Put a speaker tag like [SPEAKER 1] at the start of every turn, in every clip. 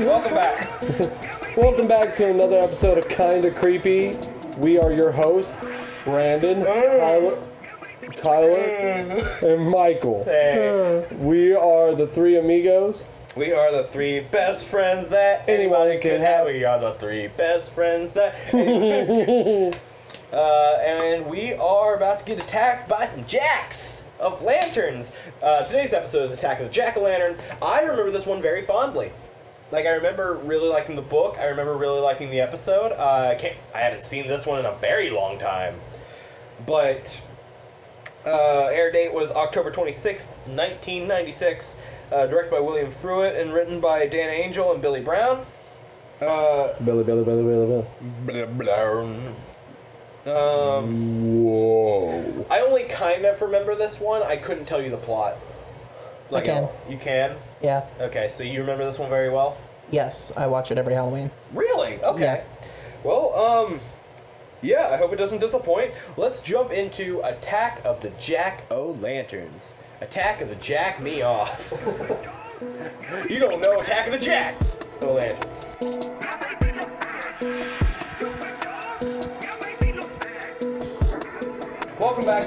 [SPEAKER 1] Welcome back.
[SPEAKER 2] Welcome back to another episode of Kinda Creepy. We are your hosts, Brandon, Tyler, Tyler, and Michael.
[SPEAKER 1] Hey,
[SPEAKER 2] We are the three amigos.
[SPEAKER 1] we are the three best friends that
[SPEAKER 2] Anyone
[SPEAKER 1] anyone
[SPEAKER 2] can
[SPEAKER 1] could have.
[SPEAKER 2] have.
[SPEAKER 1] We are the three best friends that. anyone could- uh, and we are about to get attacked by some jacks of lanterns. Uh, today's episode is Attack of the Jack o' Lantern. I remember this one very fondly. Like I remember really liking the book. I remember really liking the episode. Uh, I can't. I haven't seen this one in a very long time, but Uh, air date was October 26th, 1996. Uh, directed by William Fruitt and written by Dan Angel and Billy Brown. Uh,
[SPEAKER 2] Billy, Billy, Billy, Billy, Billy.
[SPEAKER 1] um,
[SPEAKER 2] Whoa.
[SPEAKER 1] I only kind of remember this one. I couldn't tell you the plot.
[SPEAKER 3] I can.
[SPEAKER 1] at all. You can?
[SPEAKER 3] Yeah.
[SPEAKER 1] Okay, so you remember this one very well?
[SPEAKER 3] Yes, I watch it every Halloween.
[SPEAKER 1] Really? Okay. Well, um, yeah, I hope it doesn't disappoint. Let's jump into Attack of the Jack O' Lanterns. Attack of the Jack Me Off. you don't know Attack of the Jack O' Lanterns. Welcome back.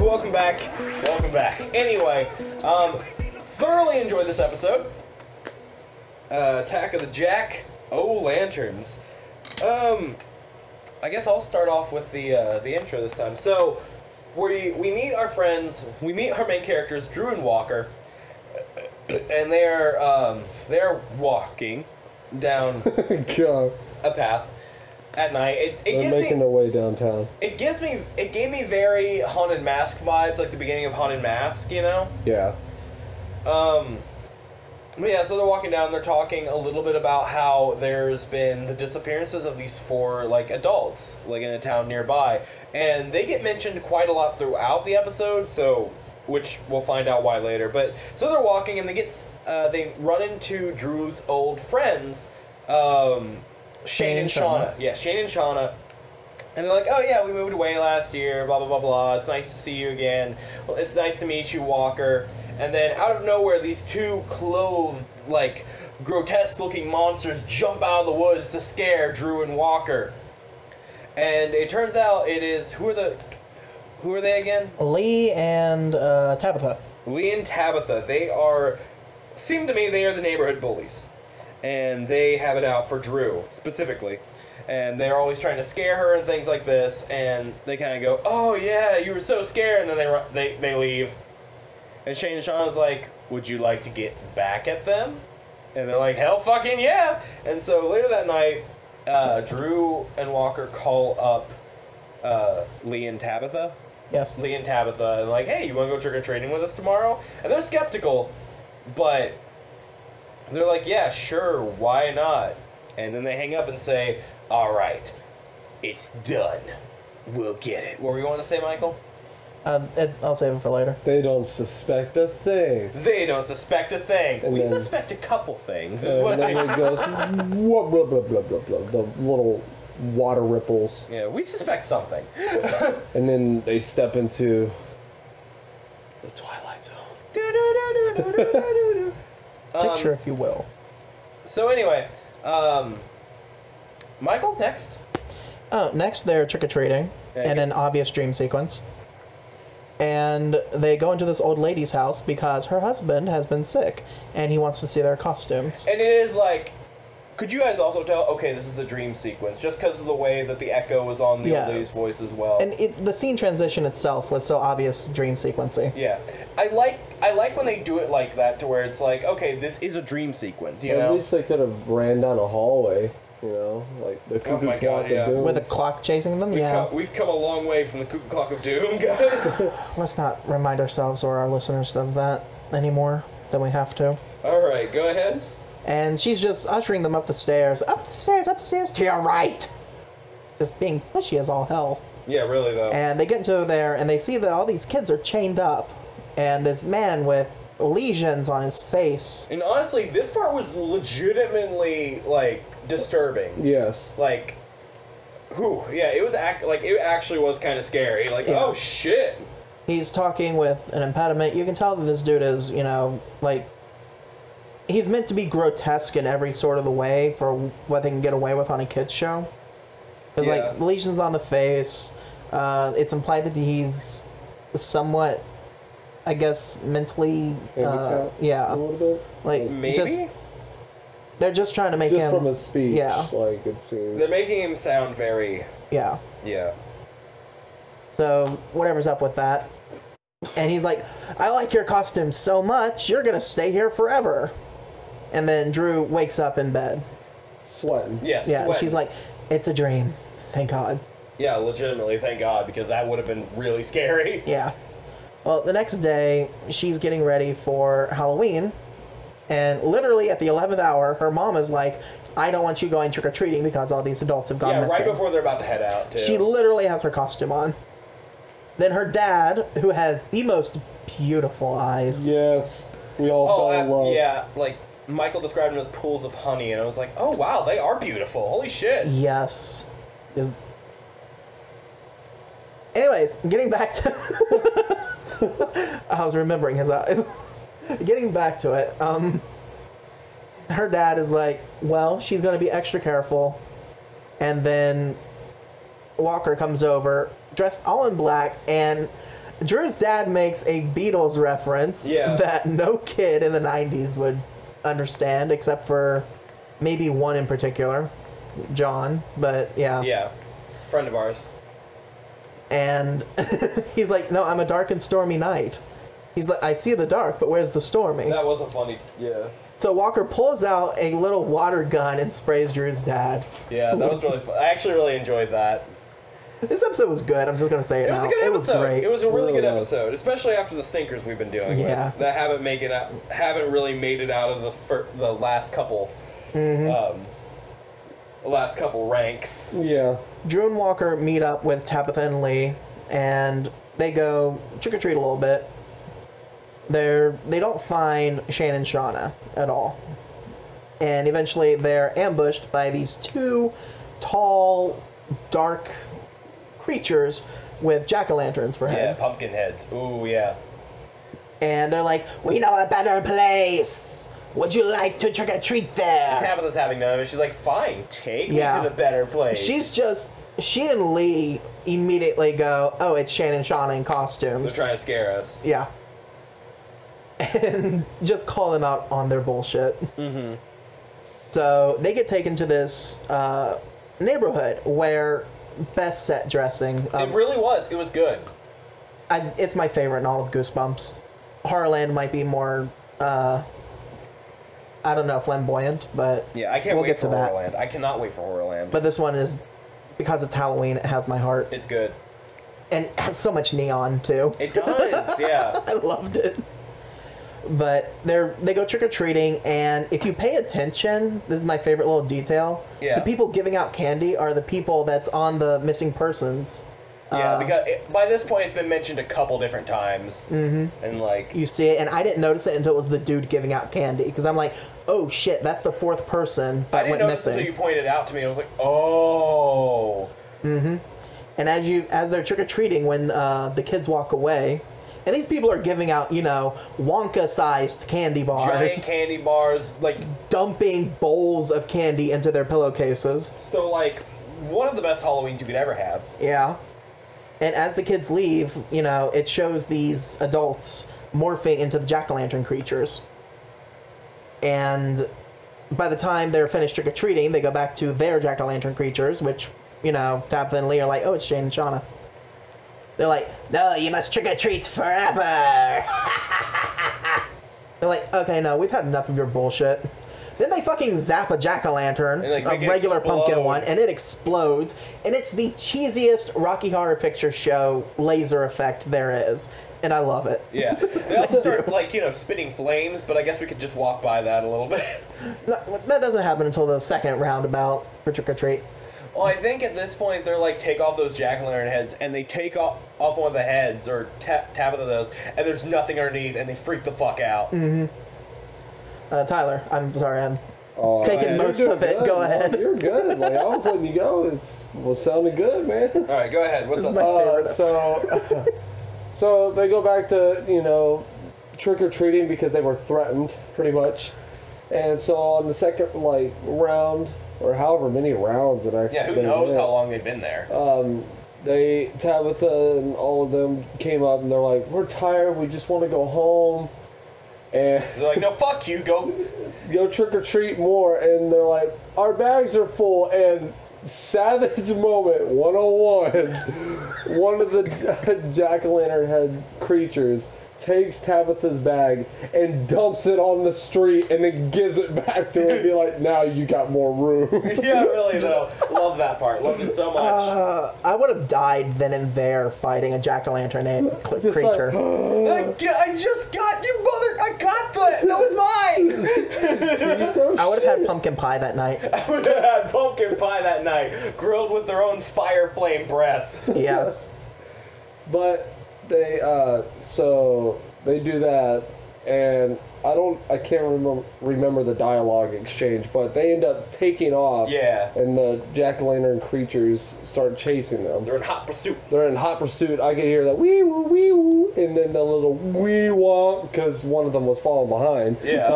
[SPEAKER 1] Welcome back. Welcome back. Anyway, um, thoroughly enjoyed this episode uh, Attack of the Jack O Lanterns. Um, I guess I'll start off with the uh, the intro this time. So we we meet our friends. We meet our main characters, Drew and Walker, and they're um, they're walking down
[SPEAKER 2] God.
[SPEAKER 1] a path at night. It, it
[SPEAKER 2] They're
[SPEAKER 1] gives
[SPEAKER 2] making
[SPEAKER 1] me
[SPEAKER 2] their way downtown.
[SPEAKER 1] it gives me it gave me very haunted mask vibes, like the beginning of haunted mask. You know.
[SPEAKER 2] Yeah.
[SPEAKER 1] Um, but yeah, so they're walking down. They're talking a little bit about how there's been the disappearances of these four like adults, like in a town nearby, and they get mentioned quite a lot throughout the episode. So, which we'll find out why later. But so they're walking and they get s- uh, they run into Drew's old friends, um, Shane, and Shauna. Yeah, Shane and Shauna. And they're like, oh yeah, we moved away last year, blah, blah, blah, blah. It's nice to see you again. Well, it's nice to meet you, Walker. And then out of nowhere, these two clothed, like, grotesque looking monsters jump out of the woods to scare Drew and Walker. And it turns out it is, who are the, who are they again?
[SPEAKER 3] Lee and uh, Tabitha.
[SPEAKER 1] Lee and Tabitha, they are, seem to me, they are the neighborhood bullies. And they have it out for Drew, specifically. And they're always trying to scare her and things like this. And they kind of go, oh, yeah, you were so scared. And then they, ru- they, they leave. And Shane and Sean is like, would you like to get back at them? And they're like, hell fucking yeah. And so later that night, uh, Drew and Walker call up uh, Lee and Tabitha.
[SPEAKER 3] Yes.
[SPEAKER 1] Lee and Tabitha and like, hey, you want to go trick or treating with us tomorrow? And they're skeptical, but they're like, yeah, sure, why not? And then they hang up and say, all right, it's done. We'll get it. What were you going to say, Michael?
[SPEAKER 3] Uh, it, I'll save it for later.
[SPEAKER 2] They don't suspect a thing.
[SPEAKER 1] They don't suspect a thing.
[SPEAKER 2] And
[SPEAKER 1] we
[SPEAKER 2] then-
[SPEAKER 1] suspect a couple things. Is what
[SPEAKER 2] And
[SPEAKER 1] they,
[SPEAKER 2] then it goes, whoop, blah, blah, blah, blah, blah. The little water ripples.
[SPEAKER 1] yeah, we suspect something.
[SPEAKER 2] And then they step into the Twilight Zone.
[SPEAKER 1] Do-do-do-do-do-do-do-do.
[SPEAKER 3] Picture, if you will.
[SPEAKER 1] so anyway, um, Michael, next.
[SPEAKER 3] Oh, next they're trick or treating
[SPEAKER 1] Yeah, I
[SPEAKER 3] in
[SPEAKER 1] guess-
[SPEAKER 3] an obvious dream sequence. And they go into this old lady's house because her husband has been sick and he wants to see their costumes.
[SPEAKER 1] And it is like, could you guys also tell? Okay, this is a dream sequence, just because of the way that the echo was on the
[SPEAKER 3] Yeah.
[SPEAKER 1] old lady's voice as well.
[SPEAKER 3] And it, the scene transition itself was so obvious dream sequencing.
[SPEAKER 1] yeah, I like I like when they do it like that, to where it's like, okay, this is a dream sequence, you
[SPEAKER 2] At
[SPEAKER 1] know?
[SPEAKER 2] least they could have ran down a hallway, you know, like the cuckoo
[SPEAKER 1] Oh my
[SPEAKER 2] clock
[SPEAKER 1] God,
[SPEAKER 2] of
[SPEAKER 1] yeah.
[SPEAKER 2] doom.
[SPEAKER 3] With a clock chasing them?
[SPEAKER 1] We've
[SPEAKER 3] Yeah.
[SPEAKER 1] come- we've come a long way from the cuckoo clock of doom, guys.
[SPEAKER 3] Let's not remind ourselves or our listeners of that anymore than we have to.
[SPEAKER 1] All right, go ahead.
[SPEAKER 3] And she's just ushering them up the stairs, up the stairs, up the stairs, to your right. Just being pushy as all hell.
[SPEAKER 1] Yeah, really though.
[SPEAKER 3] And they get into there and they see that all these kids are chained up. And this man with lesions on his face.
[SPEAKER 1] and honestly, this part was legitimately like disturbing.
[SPEAKER 2] yes.
[SPEAKER 1] like whew, yeah it was act like it actually was kind of scary like
[SPEAKER 3] Yeah.
[SPEAKER 1] oh shit
[SPEAKER 3] He's talking with an impediment. You can tell that this dude is, you know, like he's meant to be grotesque in every sort of the way for what they can get away with on a kids show. Because
[SPEAKER 1] Yeah.
[SPEAKER 3] like lesions on the face, uh, it's implied that he's somewhat, I guess, mentally, uh,
[SPEAKER 2] Handicapped a
[SPEAKER 3] yeah,
[SPEAKER 2] little bit.
[SPEAKER 3] like
[SPEAKER 1] Maybe
[SPEAKER 3] just they're just trying to make
[SPEAKER 2] Just
[SPEAKER 3] him,
[SPEAKER 2] from his speech,
[SPEAKER 3] yeah.
[SPEAKER 2] like it seems.
[SPEAKER 1] they're making him sound very
[SPEAKER 3] yeah.
[SPEAKER 1] yeah.
[SPEAKER 3] So whatever's up with that. And he's like, I like your costume so much, you're gonna stay here forever. And then Drew wakes up in bed.
[SPEAKER 2] sweating.
[SPEAKER 1] Yes.
[SPEAKER 3] Yeah, and
[SPEAKER 1] sweat.
[SPEAKER 3] she's like, It's a dream. Thank God.
[SPEAKER 1] yeah, legitimately. Thank God, because that would have been really scary.
[SPEAKER 3] Yeah. Well, the next day, she's getting ready for Halloween. And literally at the 11th hour, her mom is like, I don't want you going trick or treating because all these adults have gone
[SPEAKER 1] Yeah,
[SPEAKER 3] missing.
[SPEAKER 1] right before they're about to head out. Too.
[SPEAKER 3] She literally has her costume on. Then her dad, who has the most beautiful eyes.
[SPEAKER 2] Yes, we all
[SPEAKER 1] oh,
[SPEAKER 2] fell
[SPEAKER 1] uh,
[SPEAKER 2] in love.
[SPEAKER 1] yeah, like Michael described them as pools of honey, and I was like, oh wow, they are beautiful. Holy shit.
[SPEAKER 3] Yes. Is. Anyways, getting back to. I was remembering his eyes. getting back to it, um, her dad is like, well, she's going to be extra careful. And then Walker comes over, dressed all in black, and Drew's dad makes a Beatles reference
[SPEAKER 1] Yeah.
[SPEAKER 3] that no kid in the 90s would understand, except for maybe one in particular, John. But yeah.
[SPEAKER 1] Yeah, friend of ours.
[SPEAKER 3] And he's like, No, I'm a dark and stormy night. He's like, I see the dark, but where's the stormy?
[SPEAKER 1] That was a funny. Yeah.
[SPEAKER 3] So Walker pulls out a little water gun and sprays Drew's dad.
[SPEAKER 1] Yeah, that was really fun. I actually really enjoyed that.
[SPEAKER 3] This episode was good. I'm just going to say it,
[SPEAKER 1] It was a
[SPEAKER 3] now.
[SPEAKER 1] good
[SPEAKER 3] it was
[SPEAKER 1] episode.
[SPEAKER 3] great.
[SPEAKER 1] It was a really
[SPEAKER 2] Really
[SPEAKER 1] good
[SPEAKER 2] was.
[SPEAKER 1] episode, especially after the stinkers we've been doing.
[SPEAKER 3] Yeah.
[SPEAKER 1] with, that haven't make it out, haven't really made it out of the fir- the last couple,
[SPEAKER 3] Mm-hmm.
[SPEAKER 1] um, last couple ranks.
[SPEAKER 2] Yeah.
[SPEAKER 3] Drew and Walker meet up with Tabitha and Lee, and they go trick or treat a little bit. They're they don't find Shane and Shauna at all, and eventually they're ambushed by these two tall, dark creatures with jack o' lanterns for
[SPEAKER 1] Yeah,
[SPEAKER 3] heads,
[SPEAKER 1] pumpkin heads. Ooh, yeah.
[SPEAKER 3] and they're like, "We know a better place. Would you like to trick or treat there?"
[SPEAKER 1] Tabitha's having none of it. She's like, "Fine, take
[SPEAKER 3] Yeah.
[SPEAKER 1] me to the better place."
[SPEAKER 3] She's just she and Lee immediately go, "Oh, it's Shane and Shauna in
[SPEAKER 1] They're
[SPEAKER 3] costumes."
[SPEAKER 1] trying to scare us.
[SPEAKER 3] Yeah. And just call them out on their bullshit. Mm-hmm. So they get taken to this uh, neighborhood where best set dressing.
[SPEAKER 1] It
[SPEAKER 3] Um,
[SPEAKER 1] really was. It was good.
[SPEAKER 3] I, it's my favorite in all of Goosebumps. Horrorland might be more, uh, I don't know, flamboyant, but
[SPEAKER 1] Yeah, I can't
[SPEAKER 3] we'll
[SPEAKER 1] wait
[SPEAKER 3] get
[SPEAKER 1] for
[SPEAKER 3] to that.
[SPEAKER 1] Horrorland. I cannot wait for Horrorland.
[SPEAKER 3] But this one is because it's Halloween. It has my heart,
[SPEAKER 1] it's good.
[SPEAKER 3] and it has so much neon too.
[SPEAKER 1] It does. yeah.
[SPEAKER 3] I loved it. But they're they go trick or treating, and if you pay attention, this is my favorite little detail.
[SPEAKER 1] Yeah.
[SPEAKER 3] The people giving out candy are the people that's on the missing persons.
[SPEAKER 1] Yeah,
[SPEAKER 3] Uh,
[SPEAKER 1] because it, by this point it's been mentioned a couple different times, mm-hmm. and like
[SPEAKER 3] You see it, and I didn't notice it until it was the dude giving out candy because I'm like, oh shit, that's the fourth person
[SPEAKER 1] I
[SPEAKER 3] that
[SPEAKER 1] didn't
[SPEAKER 3] went
[SPEAKER 1] notice
[SPEAKER 3] missing.
[SPEAKER 1] until you pointed it out to me. I was like, oh,
[SPEAKER 3] And as you as they're trick or treating, when uh, the kids walk away, and these people are giving out you know Wonka sized candy
[SPEAKER 1] giant
[SPEAKER 3] bars,
[SPEAKER 1] candy bars. Like
[SPEAKER 3] dumping bowls of candy into their pillowcases.
[SPEAKER 1] so, like one of the best Halloweens you could ever have.
[SPEAKER 3] Yeah. And as the kids leave, you know, it shows these adults morphing into the jack o' lantern creatures. And by the time they're finished trick or treating, they go back to their jack o' lantern creatures, which, you know, Tabitha and Lee are like, oh, it's Shane and Shauna. They're like, no, you must trick or treat forever. they're like, okay, no, we've had enough of your bullshit. Then they fucking zap a jack o' lantern,
[SPEAKER 1] And, like,
[SPEAKER 3] a
[SPEAKER 1] make it
[SPEAKER 3] regular pumpkin
[SPEAKER 1] explode.
[SPEAKER 3] one, and it explodes. And it's the cheesiest Rocky Horror Picture Show laser effect there is. And I love it.
[SPEAKER 1] Yeah, they also start like you know spitting flames, but I guess we could just walk by that a little bit.
[SPEAKER 3] No, that doesn't happen until the second roundabout for trick or treat.
[SPEAKER 1] well, I think at this point they're like take off those jack o' lantern heads, and they take off off one of the heads or tap tap into those, and there's nothing underneath, and they freak the fuck out.
[SPEAKER 3] Mm. Uh, Tyler, I'm sorry, I'm
[SPEAKER 2] Oh,
[SPEAKER 3] Taking
[SPEAKER 2] man,
[SPEAKER 3] most
[SPEAKER 2] you're
[SPEAKER 3] of it,
[SPEAKER 2] good,
[SPEAKER 3] go
[SPEAKER 2] man.
[SPEAKER 3] ahead.
[SPEAKER 2] You're good. Like I was letting you go. It's well sounding good, man.
[SPEAKER 1] All right, go ahead. What's
[SPEAKER 3] This
[SPEAKER 1] up?
[SPEAKER 3] is my
[SPEAKER 2] Uh,
[SPEAKER 3] favorite.
[SPEAKER 2] so, so they go back to you know trick or treating because they were threatened pretty much, And so on the second like round or however many rounds it actually
[SPEAKER 1] Yeah, who
[SPEAKER 2] been
[SPEAKER 1] knows
[SPEAKER 2] in,
[SPEAKER 1] how long they've been there?
[SPEAKER 3] Uh.
[SPEAKER 2] they Tabitha and all of them came up and they're like, "We're tired. We just want to go home." And
[SPEAKER 1] They're like, no, fuck you, go.
[SPEAKER 2] go trick or treat more, and they're like, our bags are full, and Savage Moment 101, one of the jack o' lantern head creatures takes Tabitha's bag and dumps it on the street and then gives it back to her and be like, now you got more room.
[SPEAKER 1] Yeah, really though. Love that part. Loved it so much.
[SPEAKER 3] Uh, I would have died then and there fighting a jack o' lantern creature.
[SPEAKER 2] Just like, oh,
[SPEAKER 1] I, ge- I just got you, mother. I got that. That was mine.
[SPEAKER 2] "Piece of
[SPEAKER 3] I would have
[SPEAKER 2] shit."
[SPEAKER 3] had pumpkin pie that night.
[SPEAKER 1] I would have had pumpkin pie that night, grilled with their own fire flame breath.
[SPEAKER 3] Yes.
[SPEAKER 2] But they uh so they do that and I don't I can't remember remember the dialogue exchange, but they end up taking off.
[SPEAKER 1] Yeah.
[SPEAKER 2] And the jack-o'-lantern creatures start chasing them.
[SPEAKER 1] They're in hot pursuit.
[SPEAKER 2] They're in hot pursuit. I can hear that wee woo wee woo and then the little wee wonk because one of them was falling behind.
[SPEAKER 1] Yeah.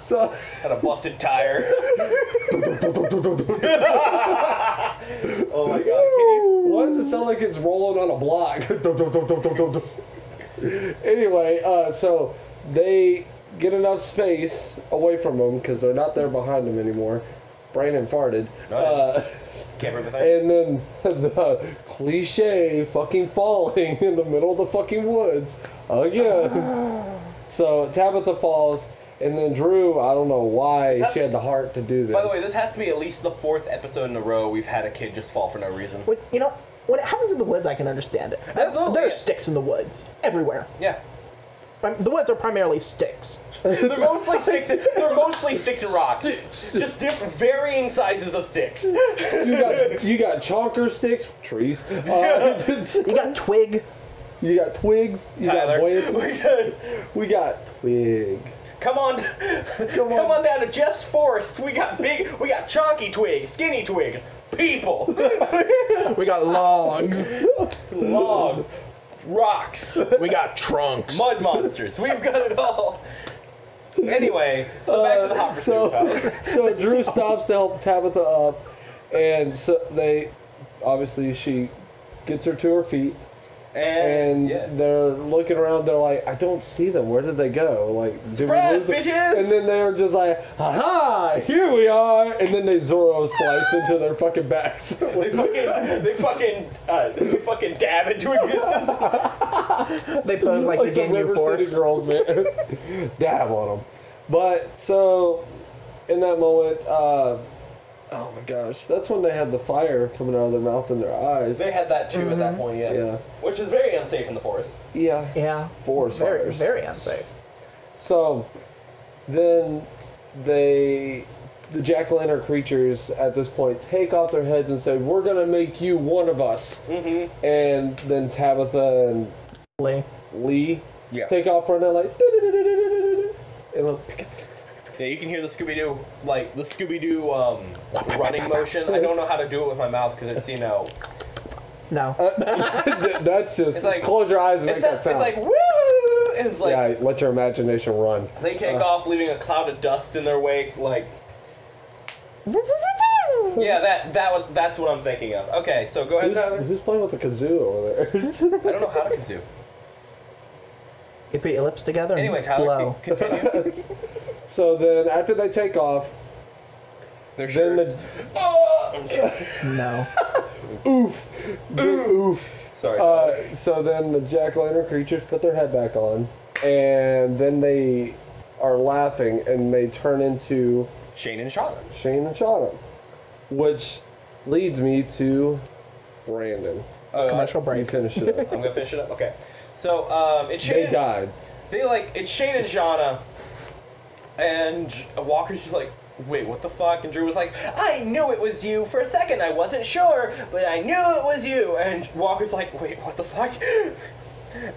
[SPEAKER 2] So
[SPEAKER 1] Had a busted tire. oh my god, can you?
[SPEAKER 2] Why does it sound like it's rolling on a block? anyway, uh, so they get enough space away from them because they're not there behind them anymore. Brandon farted.
[SPEAKER 1] No, I didn't.
[SPEAKER 2] Uh,
[SPEAKER 1] Can't remember the thing.
[SPEAKER 2] and then the cliche fucking falling in the middle of the fucking woods again. so Tabitha falls, and then Drew, I don't know why
[SPEAKER 1] that-
[SPEAKER 2] she had the heart to do this.
[SPEAKER 1] By the way, this has to be at least the fourth episode in a row we've had a kid just fall for no reason.
[SPEAKER 3] But, you know, when it happens in the woods, I can understand it. There,
[SPEAKER 1] Absolutely.
[SPEAKER 3] there are sticks in the woods everywhere.
[SPEAKER 1] Yeah.
[SPEAKER 3] I mean, the woods are primarily sticks.
[SPEAKER 1] They're mostly sticks. And, they're mostly sticks and rocks. Just different, varying sizes of sticks.
[SPEAKER 2] you, got, you got chonker sticks, trees. Uh,
[SPEAKER 3] You got twig.
[SPEAKER 2] You got twigs. You
[SPEAKER 1] Tyler,
[SPEAKER 2] got boy.
[SPEAKER 1] we could-
[SPEAKER 2] We got twig.
[SPEAKER 1] come on, come on, down to Jeff's forest. We got big, we got chonky twigs, skinny twigs, people,
[SPEAKER 3] We got logs.
[SPEAKER 1] logs, rocks.
[SPEAKER 3] we got trunks.
[SPEAKER 1] mud monsters. We've got it all. Anyway, Uh, so back to the hot pursuit.
[SPEAKER 2] So,
[SPEAKER 1] Tyler.
[SPEAKER 2] so Drew stops to help Tabitha up, and so they, obviously, she gets her to her feet, and
[SPEAKER 1] and, yeah.
[SPEAKER 2] they're looking around. They're like, "I don't see them. Where did they go? Like, did
[SPEAKER 1] Surprise,
[SPEAKER 2] we lose them?"
[SPEAKER 1] bitches!
[SPEAKER 2] And then they're just like, "Ha Here we are!" And then they Zorro slice into their fucking backs.
[SPEAKER 1] they fucking, they fucking, uh, they fucking dab into existence.
[SPEAKER 3] They pose like the
[SPEAKER 2] like
[SPEAKER 3] game
[SPEAKER 2] some
[SPEAKER 3] new
[SPEAKER 2] River City
[SPEAKER 3] force.
[SPEAKER 2] girls, man. Dab on them. But so, in that moment, uh, oh my gosh, that's when they had the fire coming out of their mouth and their eyes.
[SPEAKER 1] they had that too at that point, yeah.
[SPEAKER 2] Yeah.
[SPEAKER 1] Which is very unsafe in the forest.
[SPEAKER 2] Yeah,
[SPEAKER 3] Yeah.
[SPEAKER 2] forest
[SPEAKER 3] Very,
[SPEAKER 2] fires.
[SPEAKER 3] very unsafe.
[SPEAKER 2] So, then they, the jack o' lantern creatures at this point take off their heads and say, "We're gonna make you one of us." Mm-hmm. And then Tabitha and
[SPEAKER 3] Lee.
[SPEAKER 2] Lee
[SPEAKER 1] Yeah.
[SPEAKER 2] take off running like, "Du-du-du-du-du-du-du-du," and like,
[SPEAKER 1] Yeah, you can hear the Scooby Doo, like the Scooby Doo um, running motion. I don't know how to do it with my mouth because it's you know,
[SPEAKER 3] No.
[SPEAKER 2] Th- That's just
[SPEAKER 1] it's like
[SPEAKER 2] close your eyes and
[SPEAKER 1] it's
[SPEAKER 2] make
[SPEAKER 1] that,
[SPEAKER 2] that
[SPEAKER 1] it's
[SPEAKER 2] sound.
[SPEAKER 1] like woo, and it's like
[SPEAKER 2] yeah, uh. let your imagination run.
[SPEAKER 1] they take off, leaving a cloud of dust in their wake, like. Yeah, that that one, that's what I'm thinking of. Okay, so go ahead,
[SPEAKER 2] Who's,
[SPEAKER 1] Tyler.
[SPEAKER 2] who's playing with the kazoo over there?
[SPEAKER 1] I don't know how to kazoo.
[SPEAKER 3] You put your lips together and
[SPEAKER 1] Anyway, Tyler,
[SPEAKER 3] blow.
[SPEAKER 1] c- continue.
[SPEAKER 2] so then, after they take off,
[SPEAKER 1] Their
[SPEAKER 2] then
[SPEAKER 1] shirts.
[SPEAKER 2] the
[SPEAKER 3] No.
[SPEAKER 2] oof, the oof.
[SPEAKER 1] Sorry.
[SPEAKER 2] Uh, so then the jack lantern creatures put their head back on, and then they are laughing and they turn into
[SPEAKER 1] Shane and Shauna.
[SPEAKER 2] Shane and Shauna, which leads me to Brandon.
[SPEAKER 1] Oh,
[SPEAKER 3] Commercial
[SPEAKER 2] You
[SPEAKER 3] break.
[SPEAKER 2] finish it. up.
[SPEAKER 1] I'm gonna finish it up. Okay. So um, it's Shane.
[SPEAKER 2] they
[SPEAKER 1] and-
[SPEAKER 2] died.
[SPEAKER 1] They like it's Shane and Shauna, and J- Walker's just like, wait, what the fuck? And Drew was like, I knew it was you for a second. I wasn't sure, but I knew it was you. And Walker's like, wait, what the fuck?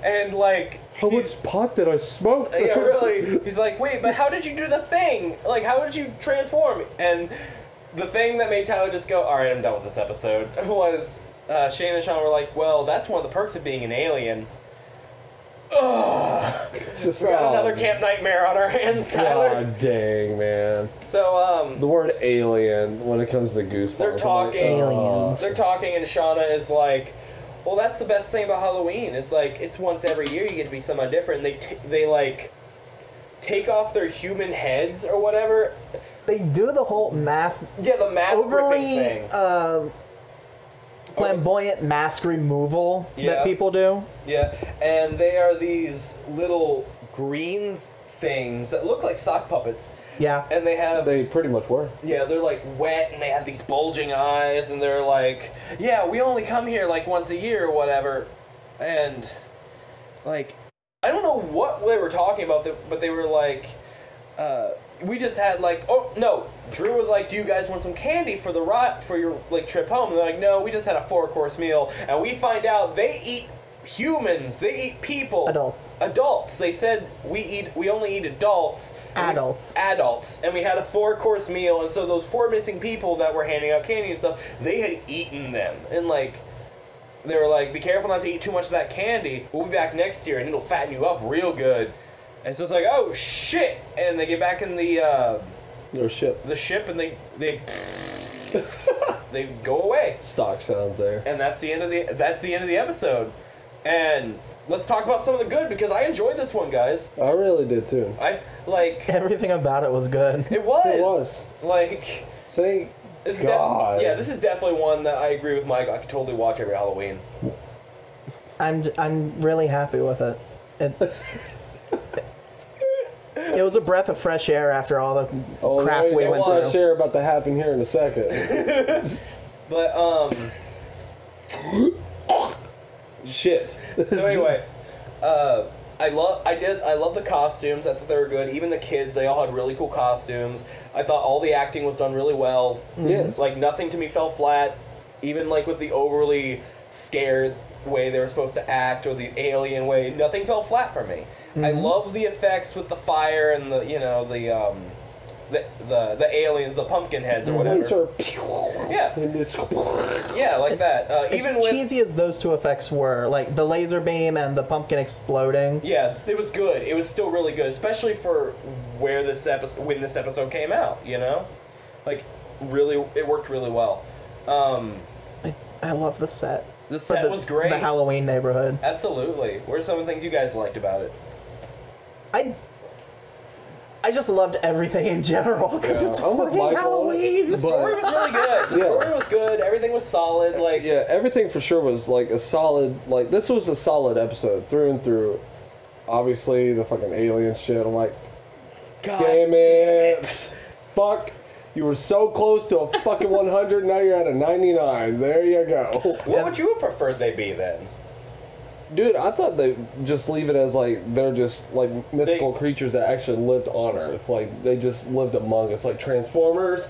[SPEAKER 1] And like,
[SPEAKER 2] How much pot did I smoke?
[SPEAKER 1] yeah, really. He's like, wait, but how did you do the thing? Like, how did you transform? And the thing that made Tyler just go, all right, I'm done with this episode, was uh, Shane and Sean were like, well, that's one of the perks of being an alien.
[SPEAKER 2] Just,
[SPEAKER 1] Got
[SPEAKER 2] oh,
[SPEAKER 1] another camp nightmare on our hands, Tyler.
[SPEAKER 2] God dang, man.
[SPEAKER 1] So um,
[SPEAKER 2] The word alien when it comes to goosebumps.
[SPEAKER 1] They're
[SPEAKER 2] I'm like,
[SPEAKER 1] talking.
[SPEAKER 2] oh.
[SPEAKER 3] Aliens.
[SPEAKER 1] they're talking, and Shauna is like, "Well, that's the best thing about Halloween. It's like it's once every year you get to be someone different." And they t- they like take off their human heads or whatever.
[SPEAKER 3] They do the whole mass
[SPEAKER 1] Yeah, the mask ripping
[SPEAKER 3] overly
[SPEAKER 1] thing.
[SPEAKER 3] uh, flamboyant mask removal
[SPEAKER 1] Yeah.
[SPEAKER 3] that people do.
[SPEAKER 1] Yeah, and they are these little green things that look like sock puppets.
[SPEAKER 3] Yeah.
[SPEAKER 1] And they have
[SPEAKER 2] They pretty much were.
[SPEAKER 1] yeah, they're like wet and they have these bulging eyes and they're like, yeah, we only come here like once a year or whatever. And like I don't know what they were talking about, th- but they were like uh we just had like oh no, Drew was like, "Do you guys want some candy for the rot for your like trip home?" And they're like, "No, we just had a four-course meal." And we find out they eat humans, they eat people.
[SPEAKER 3] Adults.
[SPEAKER 1] Adults. They said we eat we only eat adults. And we-
[SPEAKER 3] Adults.
[SPEAKER 1] adults and we had a four course meal and so those four missing people that were handing out candy and stuff they had eaten them and like they were like be careful not to eat too much of that candy we'll be back next year and it'll fatten you up real good and so it's like oh shit and they get back in the uh,
[SPEAKER 2] No shit.
[SPEAKER 1] the ship and they they they go away
[SPEAKER 2] Stock sounds there.
[SPEAKER 1] and that's the end of the that's the end of the episode and let's talk about some of the good because i enjoyed this one guys
[SPEAKER 2] I really did too.
[SPEAKER 1] i like
[SPEAKER 3] Everything about it was good.
[SPEAKER 1] it was
[SPEAKER 2] It was.
[SPEAKER 1] like
[SPEAKER 2] Thank
[SPEAKER 1] This is def-
[SPEAKER 2] God.
[SPEAKER 1] yeah, this is definitely one that I agree with Mike. I could totally watch every Halloween.
[SPEAKER 3] I'm j- I'm really happy with it. It, it was a breath of fresh air after all the
[SPEAKER 2] Oh,
[SPEAKER 3] crap
[SPEAKER 2] wait,
[SPEAKER 3] we
[SPEAKER 2] I
[SPEAKER 3] went
[SPEAKER 2] want to
[SPEAKER 3] through.
[SPEAKER 2] share about to happen here in a second.
[SPEAKER 1] But um,
[SPEAKER 2] Shit.
[SPEAKER 1] so anyway, uh, I love I did I love the costumes. I thought they were good. Even the kids, they all had really cool costumes. I thought all the acting was done really well.
[SPEAKER 2] Mm-hmm. Yes.
[SPEAKER 1] Like nothing to me fell flat. Even like with the overly scared way they were supposed to act or the alien way, nothing fell flat for me. I
[SPEAKER 2] Mm-hmm.
[SPEAKER 1] love the effects with the fire and the you know the um. The, the, the aliens, the pumpkin heads
[SPEAKER 2] Mm-hmm.
[SPEAKER 1] or whatever.
[SPEAKER 2] Lights are pew,
[SPEAKER 1] Yeah.
[SPEAKER 2] and it's-
[SPEAKER 1] Yeah, like that. Uh,
[SPEAKER 3] As
[SPEAKER 1] even with
[SPEAKER 3] cheesy as those two effects were, like the laser beam and the pumpkin exploding,
[SPEAKER 1] yeah, it was good. It was still really good, especially for where this episode when this episode came out. You know, like really, it worked really well. Um,
[SPEAKER 3] I, I love the set.
[SPEAKER 1] The
[SPEAKER 3] For
[SPEAKER 1] set was great.
[SPEAKER 3] The Halloween neighborhood.
[SPEAKER 1] absolutely. What are some of the things you guys liked about it?
[SPEAKER 3] I I just loved everything in general because
[SPEAKER 2] Yeah,
[SPEAKER 3] it's
[SPEAKER 2] I'm with
[SPEAKER 3] fucking
[SPEAKER 2] Michael.
[SPEAKER 3] Halloween.
[SPEAKER 2] But-
[SPEAKER 1] Story was really good. The
[SPEAKER 2] Yeah.
[SPEAKER 1] story was good. Everything was solid. Like
[SPEAKER 2] yeah, everything for sure was like a solid. Like this was a solid episode through and through. Obviously, the fucking alien shit. I'm like,
[SPEAKER 1] God,
[SPEAKER 2] damn it, fuck. You were so close to a fucking 100. Now you're at a 99. There you go.
[SPEAKER 1] What would you have preferred they be then?
[SPEAKER 2] Dude, I thought they just leave it as like they're just like mythical creatures that actually lived on Earth. Like they just lived among us, like Transformers.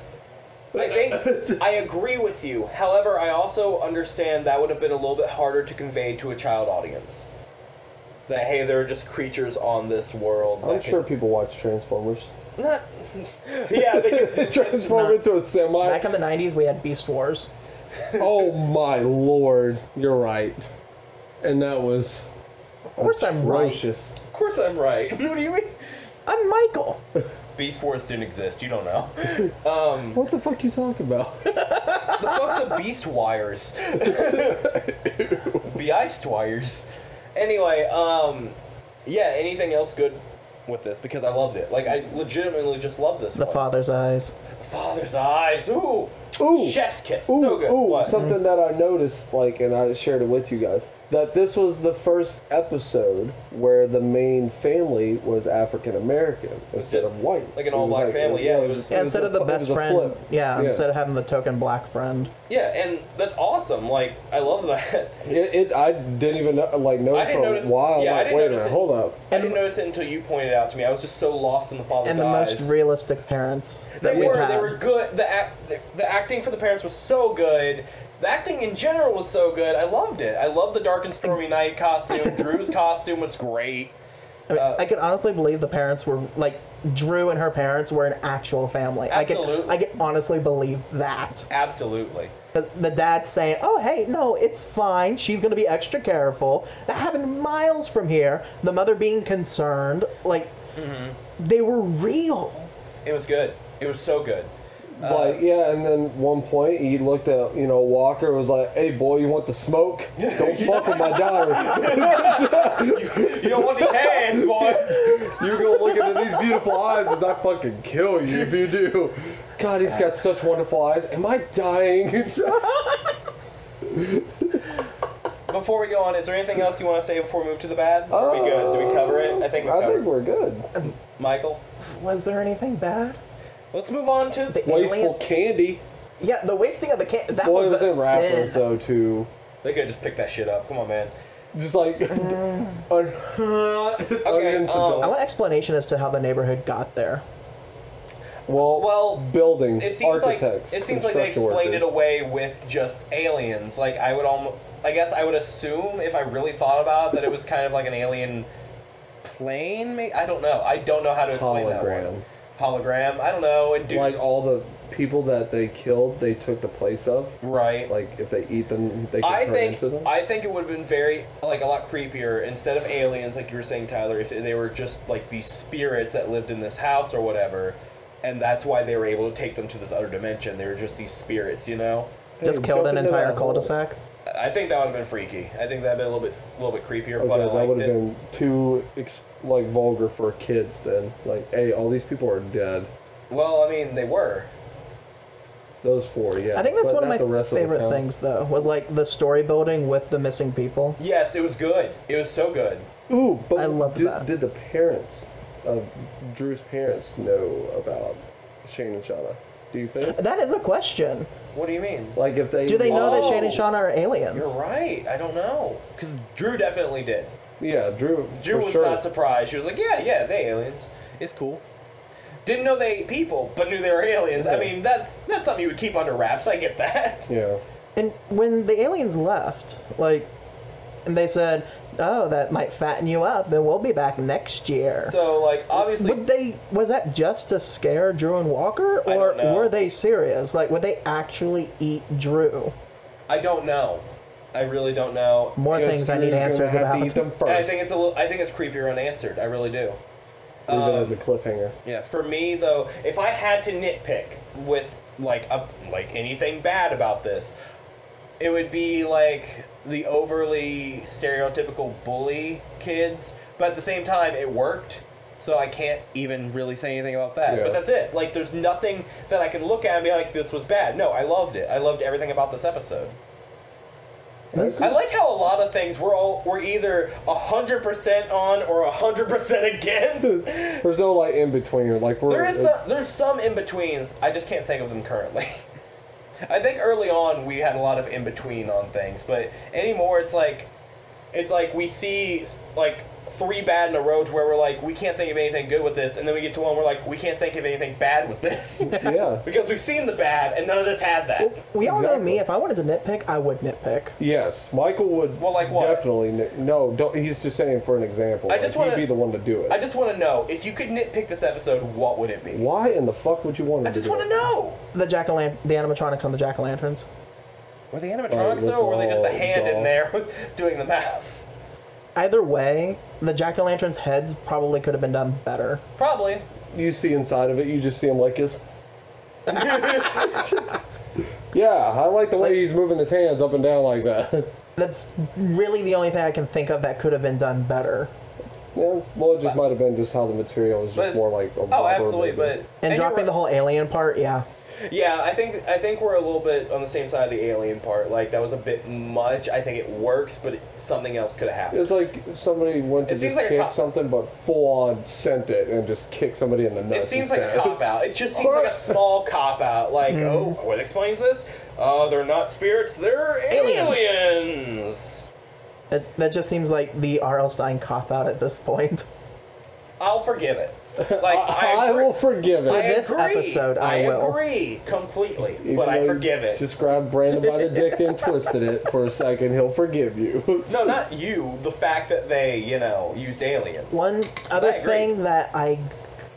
[SPEAKER 1] I think I agree with you. However, I also understand that would have been a little bit harder to convey to a child audience. That hey, there are just creatures on this world.
[SPEAKER 2] I'm sure people watch Transformers.
[SPEAKER 1] Not. yeah, they
[SPEAKER 2] They
[SPEAKER 1] can,
[SPEAKER 2] transform
[SPEAKER 3] Nah.
[SPEAKER 2] into a semi.
[SPEAKER 3] Back in the '90s, we had Beast Wars.
[SPEAKER 2] oh my lord, you're right. And that was
[SPEAKER 3] Of course, I'm right.
[SPEAKER 2] atrocious.
[SPEAKER 1] of course I'm right. what do you mean?
[SPEAKER 3] I'm Michael.
[SPEAKER 1] Beast Wars didn't exist. You don't know.
[SPEAKER 2] What the fuck you talking about?
[SPEAKER 1] The fuck's a beast wires? Beast wires. Anyway, um, yeah. Anything else good with this? Because I loved it. Like I legitimately just loved this.
[SPEAKER 3] The
[SPEAKER 1] one.
[SPEAKER 3] father's eyes.
[SPEAKER 1] Father's eyes. Ooh.
[SPEAKER 2] Ooh.
[SPEAKER 1] Chef's kiss.
[SPEAKER 2] Ooh,
[SPEAKER 1] so good.
[SPEAKER 2] ooh,
[SPEAKER 1] What?
[SPEAKER 2] something that I noticed, like, and I shared it with you guys, that this was the first episode where the main family was African American instead of white,
[SPEAKER 1] Like an
[SPEAKER 2] It was
[SPEAKER 1] all-black family, yeah, it was-
[SPEAKER 3] Yeah, instead
[SPEAKER 2] a-
[SPEAKER 3] of the
[SPEAKER 2] it was
[SPEAKER 3] best
[SPEAKER 2] a
[SPEAKER 3] friend.
[SPEAKER 2] flip.
[SPEAKER 3] Yeah, instead of having the token black friend.
[SPEAKER 1] Yeah, and that's awesome. Like I love that.
[SPEAKER 2] it, it, I didn't even know, like
[SPEAKER 1] I
[SPEAKER 2] notice
[SPEAKER 1] didn't
[SPEAKER 2] for
[SPEAKER 1] notice-
[SPEAKER 2] a while.
[SPEAKER 1] yeah, I
[SPEAKER 2] like,
[SPEAKER 1] didn't
[SPEAKER 2] wait a
[SPEAKER 1] notice
[SPEAKER 2] minute,
[SPEAKER 1] it.
[SPEAKER 2] hold up.
[SPEAKER 1] I didn't notice it until you pointed it out to me. I was just so lost in the father's
[SPEAKER 3] And the
[SPEAKER 1] eyes.
[SPEAKER 3] most realistic parents that
[SPEAKER 1] they
[SPEAKER 3] we've
[SPEAKER 1] were.
[SPEAKER 3] had.
[SPEAKER 1] They were good. The, act, the the acting for the parents was so good. The acting in general was so good. I loved it. I loved the dark and stormy night costume. Drew's costume was great.
[SPEAKER 3] I mean,
[SPEAKER 1] Uh,
[SPEAKER 3] I could honestly believe the parents were like Drew and her parents were an actual family.
[SPEAKER 1] Absolutely.
[SPEAKER 3] I could I could honestly believe that
[SPEAKER 1] Absolutely.
[SPEAKER 3] because the dad's saying, "Oh hey, no, it's fine. She's gonna be extra careful." That happened miles from here. The mother being concerned, like
[SPEAKER 2] Mm-hmm.
[SPEAKER 3] they were real.
[SPEAKER 1] It was good. It was so good. Uh,
[SPEAKER 2] like yeah, and then one point he looked at you know Walker and was like, "Hey boy, you want the smoke? Don't fuck with my daughter.
[SPEAKER 1] You don't want these hands, boy.
[SPEAKER 2] You gonna look into these beautiful eyes and I fucking kill you if you do." God, he's got such wonderful eyes. Am I dying?
[SPEAKER 1] Before we go on, is there anything else you want to say before we move to the bad? Are we good?
[SPEAKER 3] Uh,
[SPEAKER 1] Did we cover it? I think we
[SPEAKER 2] I
[SPEAKER 1] covered.
[SPEAKER 2] think we're good.
[SPEAKER 1] Michael,
[SPEAKER 3] Was there anything bad?
[SPEAKER 1] let's move on to
[SPEAKER 3] The
[SPEAKER 1] the,
[SPEAKER 2] Wasteful
[SPEAKER 3] alien-
[SPEAKER 2] candy.
[SPEAKER 3] Yeah, the wasting of the can. That
[SPEAKER 2] Boy,
[SPEAKER 3] was
[SPEAKER 2] it
[SPEAKER 3] a
[SPEAKER 2] was in
[SPEAKER 3] sin.
[SPEAKER 2] rappers though too.
[SPEAKER 1] they could just pick that shit up. Come on, man.
[SPEAKER 2] Just like
[SPEAKER 3] Mm.
[SPEAKER 1] Okay,
[SPEAKER 2] okay,
[SPEAKER 1] um,
[SPEAKER 3] I want explanation as to how the neighborhood got there.
[SPEAKER 2] well,
[SPEAKER 1] well,
[SPEAKER 2] building
[SPEAKER 1] It seems like
[SPEAKER 2] architects.
[SPEAKER 1] it seems like they
[SPEAKER 2] construction
[SPEAKER 1] explained it
[SPEAKER 2] workers.
[SPEAKER 1] away with just aliens. Like I would almost, I guess I would assume if I really thought about it, that it was kind of like an alien plane. Maybe I don't know. I don't know how to explain that one. Hologram. I don't know. Induced.
[SPEAKER 2] like all the people that they killed, they took the place of.
[SPEAKER 1] right.
[SPEAKER 2] Like if they eat them, they can
[SPEAKER 1] I
[SPEAKER 2] turn
[SPEAKER 1] think
[SPEAKER 2] into them.
[SPEAKER 1] I think it would have been very like a lot creepier instead of aliens like you were saying Tyler if they were just like these spirits that lived in this house or whatever and that's why they were able to take them to this other dimension they were just these spirits you know
[SPEAKER 3] Just killed
[SPEAKER 2] jump
[SPEAKER 3] an
[SPEAKER 2] into
[SPEAKER 3] entire
[SPEAKER 2] that hole.
[SPEAKER 3] cul-de-sac.
[SPEAKER 1] I think that would have been freaky I think that would have been a little bit a little bit creepier
[SPEAKER 2] okay,
[SPEAKER 1] but I
[SPEAKER 2] that
[SPEAKER 1] liked
[SPEAKER 2] would have
[SPEAKER 1] it
[SPEAKER 2] been too ex- like vulgar for kids. Then, like, hey, all these people are dead.
[SPEAKER 1] well I mean they were
[SPEAKER 2] Those four, yeah.
[SPEAKER 3] I think that's
[SPEAKER 2] but
[SPEAKER 3] one of
[SPEAKER 2] not
[SPEAKER 3] my
[SPEAKER 2] the rest
[SPEAKER 3] favorite
[SPEAKER 2] of the town.
[SPEAKER 3] things, though, was like the story building with the missing people.
[SPEAKER 1] yes it was good it was so good
[SPEAKER 2] Ooh, but
[SPEAKER 3] I loved
[SPEAKER 2] did,
[SPEAKER 3] that.
[SPEAKER 2] did the parents of Drew's parents know about Shane and Shauna? Do you think?
[SPEAKER 3] That is a question.
[SPEAKER 1] what do you mean
[SPEAKER 2] Like if they
[SPEAKER 3] Do they know that Shane and
[SPEAKER 1] Oh.
[SPEAKER 3] Shauna are aliens?
[SPEAKER 1] you're right I don't know because Drew definitely did
[SPEAKER 2] Yeah, Drew.
[SPEAKER 1] Drew
[SPEAKER 2] for
[SPEAKER 1] was
[SPEAKER 2] sure.
[SPEAKER 1] not surprised. She was like, "Yeah, yeah, they aliens. It's cool." Didn't know they ate people, but knew they were aliens. I
[SPEAKER 2] Yeah.
[SPEAKER 1] mean, that's that's something you would keep under wraps. I get that.
[SPEAKER 2] Yeah.
[SPEAKER 3] And when the aliens left, like, and they said, "Oh, that might fatten you up, and we'll be back next year."
[SPEAKER 1] So, like, obviously,
[SPEAKER 3] would they? Was that just to scare Drew and Walker,
[SPEAKER 1] I
[SPEAKER 3] or
[SPEAKER 1] don't know.
[SPEAKER 3] were they serious? Like, would they actually eat Drew?
[SPEAKER 1] I don't know. I really don't know.
[SPEAKER 3] More
[SPEAKER 2] Because
[SPEAKER 3] things I
[SPEAKER 2] Drew's
[SPEAKER 3] need
[SPEAKER 2] gonna
[SPEAKER 3] answers
[SPEAKER 2] have to
[SPEAKER 3] about.
[SPEAKER 2] eat them
[SPEAKER 1] And I
[SPEAKER 2] first.
[SPEAKER 1] think it's a little. I think it's creepier unanswered. I really do.
[SPEAKER 2] Leave
[SPEAKER 1] Um,
[SPEAKER 2] it as a cliffhanger.
[SPEAKER 1] Yeah, for me though, if I had to nitpick with like a, like anything bad about this, it would be like the overly stereotypical bully kids, but at the same time it worked. So I can't even really say anything about that.
[SPEAKER 2] Yeah.
[SPEAKER 1] But that's it. Like there's nothing that I can look at and be like this was bad. No, I loved it. I loved everything about this episode.
[SPEAKER 3] This-
[SPEAKER 1] I like how a lot of things we're all we're either 100% on or 100% against.
[SPEAKER 2] There's no like in between. or, Like we're
[SPEAKER 1] There is some, there's some in betweens. I just can't think of them currently. I think early on we had a lot of in between on things, but anymore it's like it's like we see like three bad in a row to where we're like we can't think of anything good with this, and then we get to one we're like we can't think of anything bad with this
[SPEAKER 2] uh, yeah.
[SPEAKER 1] because we've seen the bad and none of this had that.
[SPEAKER 3] We all know me.
[SPEAKER 2] Exactly.
[SPEAKER 3] If I wanted to nitpick, I would nitpick.
[SPEAKER 2] Yes, Michael would.
[SPEAKER 1] Well, like what?
[SPEAKER 2] Definitely ni- no. Don't. He's just saying for an example.
[SPEAKER 1] I just
[SPEAKER 2] like,
[SPEAKER 1] wanna-
[SPEAKER 2] he'd be the one to do it.
[SPEAKER 1] I just want to know if you could nitpick this episode, what would it be?
[SPEAKER 2] Why in the fuck would you want? Him
[SPEAKER 1] I just
[SPEAKER 2] to do
[SPEAKER 1] want
[SPEAKER 2] it?
[SPEAKER 1] to know.
[SPEAKER 3] The jack o' lan- the animatronics on the jack o' lanterns.
[SPEAKER 1] Were they
[SPEAKER 2] Alright,
[SPEAKER 1] animatronics
[SPEAKER 2] with
[SPEAKER 1] though, or were they just a
[SPEAKER 2] doll-
[SPEAKER 1] hand in
[SPEAKER 2] doll.
[SPEAKER 1] there doing the mouth?
[SPEAKER 3] Either way, the jack o' lanterns' heads probably could have been done better.
[SPEAKER 1] Probably.
[SPEAKER 2] You see inside of it. You just see him like his. yeah, I like the way he's moving his hands up and down like that.
[SPEAKER 3] That's really the only thing I can think of that could have been done better.
[SPEAKER 2] yeah, well, it just might have been just how the material is
[SPEAKER 1] But
[SPEAKER 2] just
[SPEAKER 1] it's-
[SPEAKER 2] more like. A
[SPEAKER 1] oh,
[SPEAKER 2] rubber
[SPEAKER 1] absolutely,
[SPEAKER 2] maybe.
[SPEAKER 1] but
[SPEAKER 3] And
[SPEAKER 1] you're
[SPEAKER 3] dropping the
[SPEAKER 1] right.
[SPEAKER 3] whole alien part, yeah.
[SPEAKER 1] Yeah, I think I think we're a little bit on the same side of the alien part. Like that was a bit much. I think it works, but it, something else could have happened.
[SPEAKER 2] It's like somebody went to
[SPEAKER 1] It seems
[SPEAKER 2] just
[SPEAKER 1] like a
[SPEAKER 2] kick
[SPEAKER 1] cop-
[SPEAKER 2] something, but full on sent it and just kicked somebody in the nuts.
[SPEAKER 1] It seems like a
[SPEAKER 2] instead.
[SPEAKER 1] cop out. It just seems like a small cop out. Like,
[SPEAKER 3] Hmm.
[SPEAKER 1] oh, what explains this? Uh, they're not spirits. They're
[SPEAKER 3] Aliens.
[SPEAKER 1] aliens.
[SPEAKER 3] It, that just seems like the R.L. Stein cop out at this point.
[SPEAKER 1] I'll forgive it. Like I,
[SPEAKER 2] I
[SPEAKER 1] agree-
[SPEAKER 2] will forgive it.
[SPEAKER 1] I
[SPEAKER 3] this
[SPEAKER 1] agree.
[SPEAKER 3] episode, I will.
[SPEAKER 1] agree completely,
[SPEAKER 2] Even
[SPEAKER 1] but
[SPEAKER 2] though
[SPEAKER 1] I
[SPEAKER 2] you
[SPEAKER 1] forgive it.
[SPEAKER 2] Just grabbed Brandon by the dick and twisted it for a second. He'll forgive you.
[SPEAKER 1] no, not you. The fact that they, you know, used aliens.
[SPEAKER 3] One other
[SPEAKER 1] I agree.
[SPEAKER 3] thing that I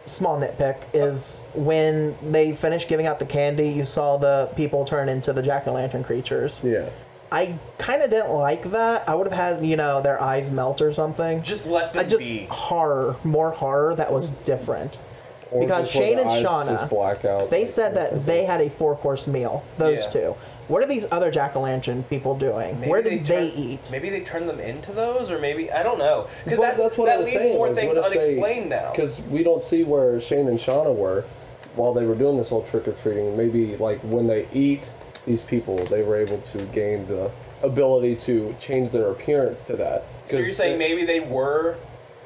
[SPEAKER 3] small nitpick is when they finished giving out the candy, you saw the people turn into the jack o' lantern creatures.
[SPEAKER 2] Yeah.
[SPEAKER 3] I kind of didn't like that. I would have had you know their eyes melt or something.
[SPEAKER 1] Just let
[SPEAKER 3] I
[SPEAKER 1] them
[SPEAKER 3] just
[SPEAKER 1] be.
[SPEAKER 3] horror, more horror that was different.
[SPEAKER 2] Or
[SPEAKER 3] Because
[SPEAKER 2] just let
[SPEAKER 3] Shane
[SPEAKER 2] the
[SPEAKER 3] and
[SPEAKER 2] eyes
[SPEAKER 3] Shauna,
[SPEAKER 2] just black out.
[SPEAKER 3] They said that they had a four course meal. Those
[SPEAKER 1] Yeah.
[SPEAKER 3] two. What are these other jack o' lantern people doing?
[SPEAKER 1] Maybe
[SPEAKER 3] Where did they,
[SPEAKER 1] turn-
[SPEAKER 3] eat?
[SPEAKER 1] Maybe they turned them into those, or maybe I don't know. Because
[SPEAKER 2] Well,
[SPEAKER 1] that, that leaves more
[SPEAKER 2] like,
[SPEAKER 1] things
[SPEAKER 2] what if they-
[SPEAKER 1] unexplained now.
[SPEAKER 2] Because we don't see where Shane and Shauna were while they were doing this whole trick or treating. Maybe like when they eat these people, they were able to gain the ability to change their appearance to that.
[SPEAKER 1] so you're
[SPEAKER 2] 'Cause
[SPEAKER 1] saying
[SPEAKER 2] it-
[SPEAKER 1] maybe they were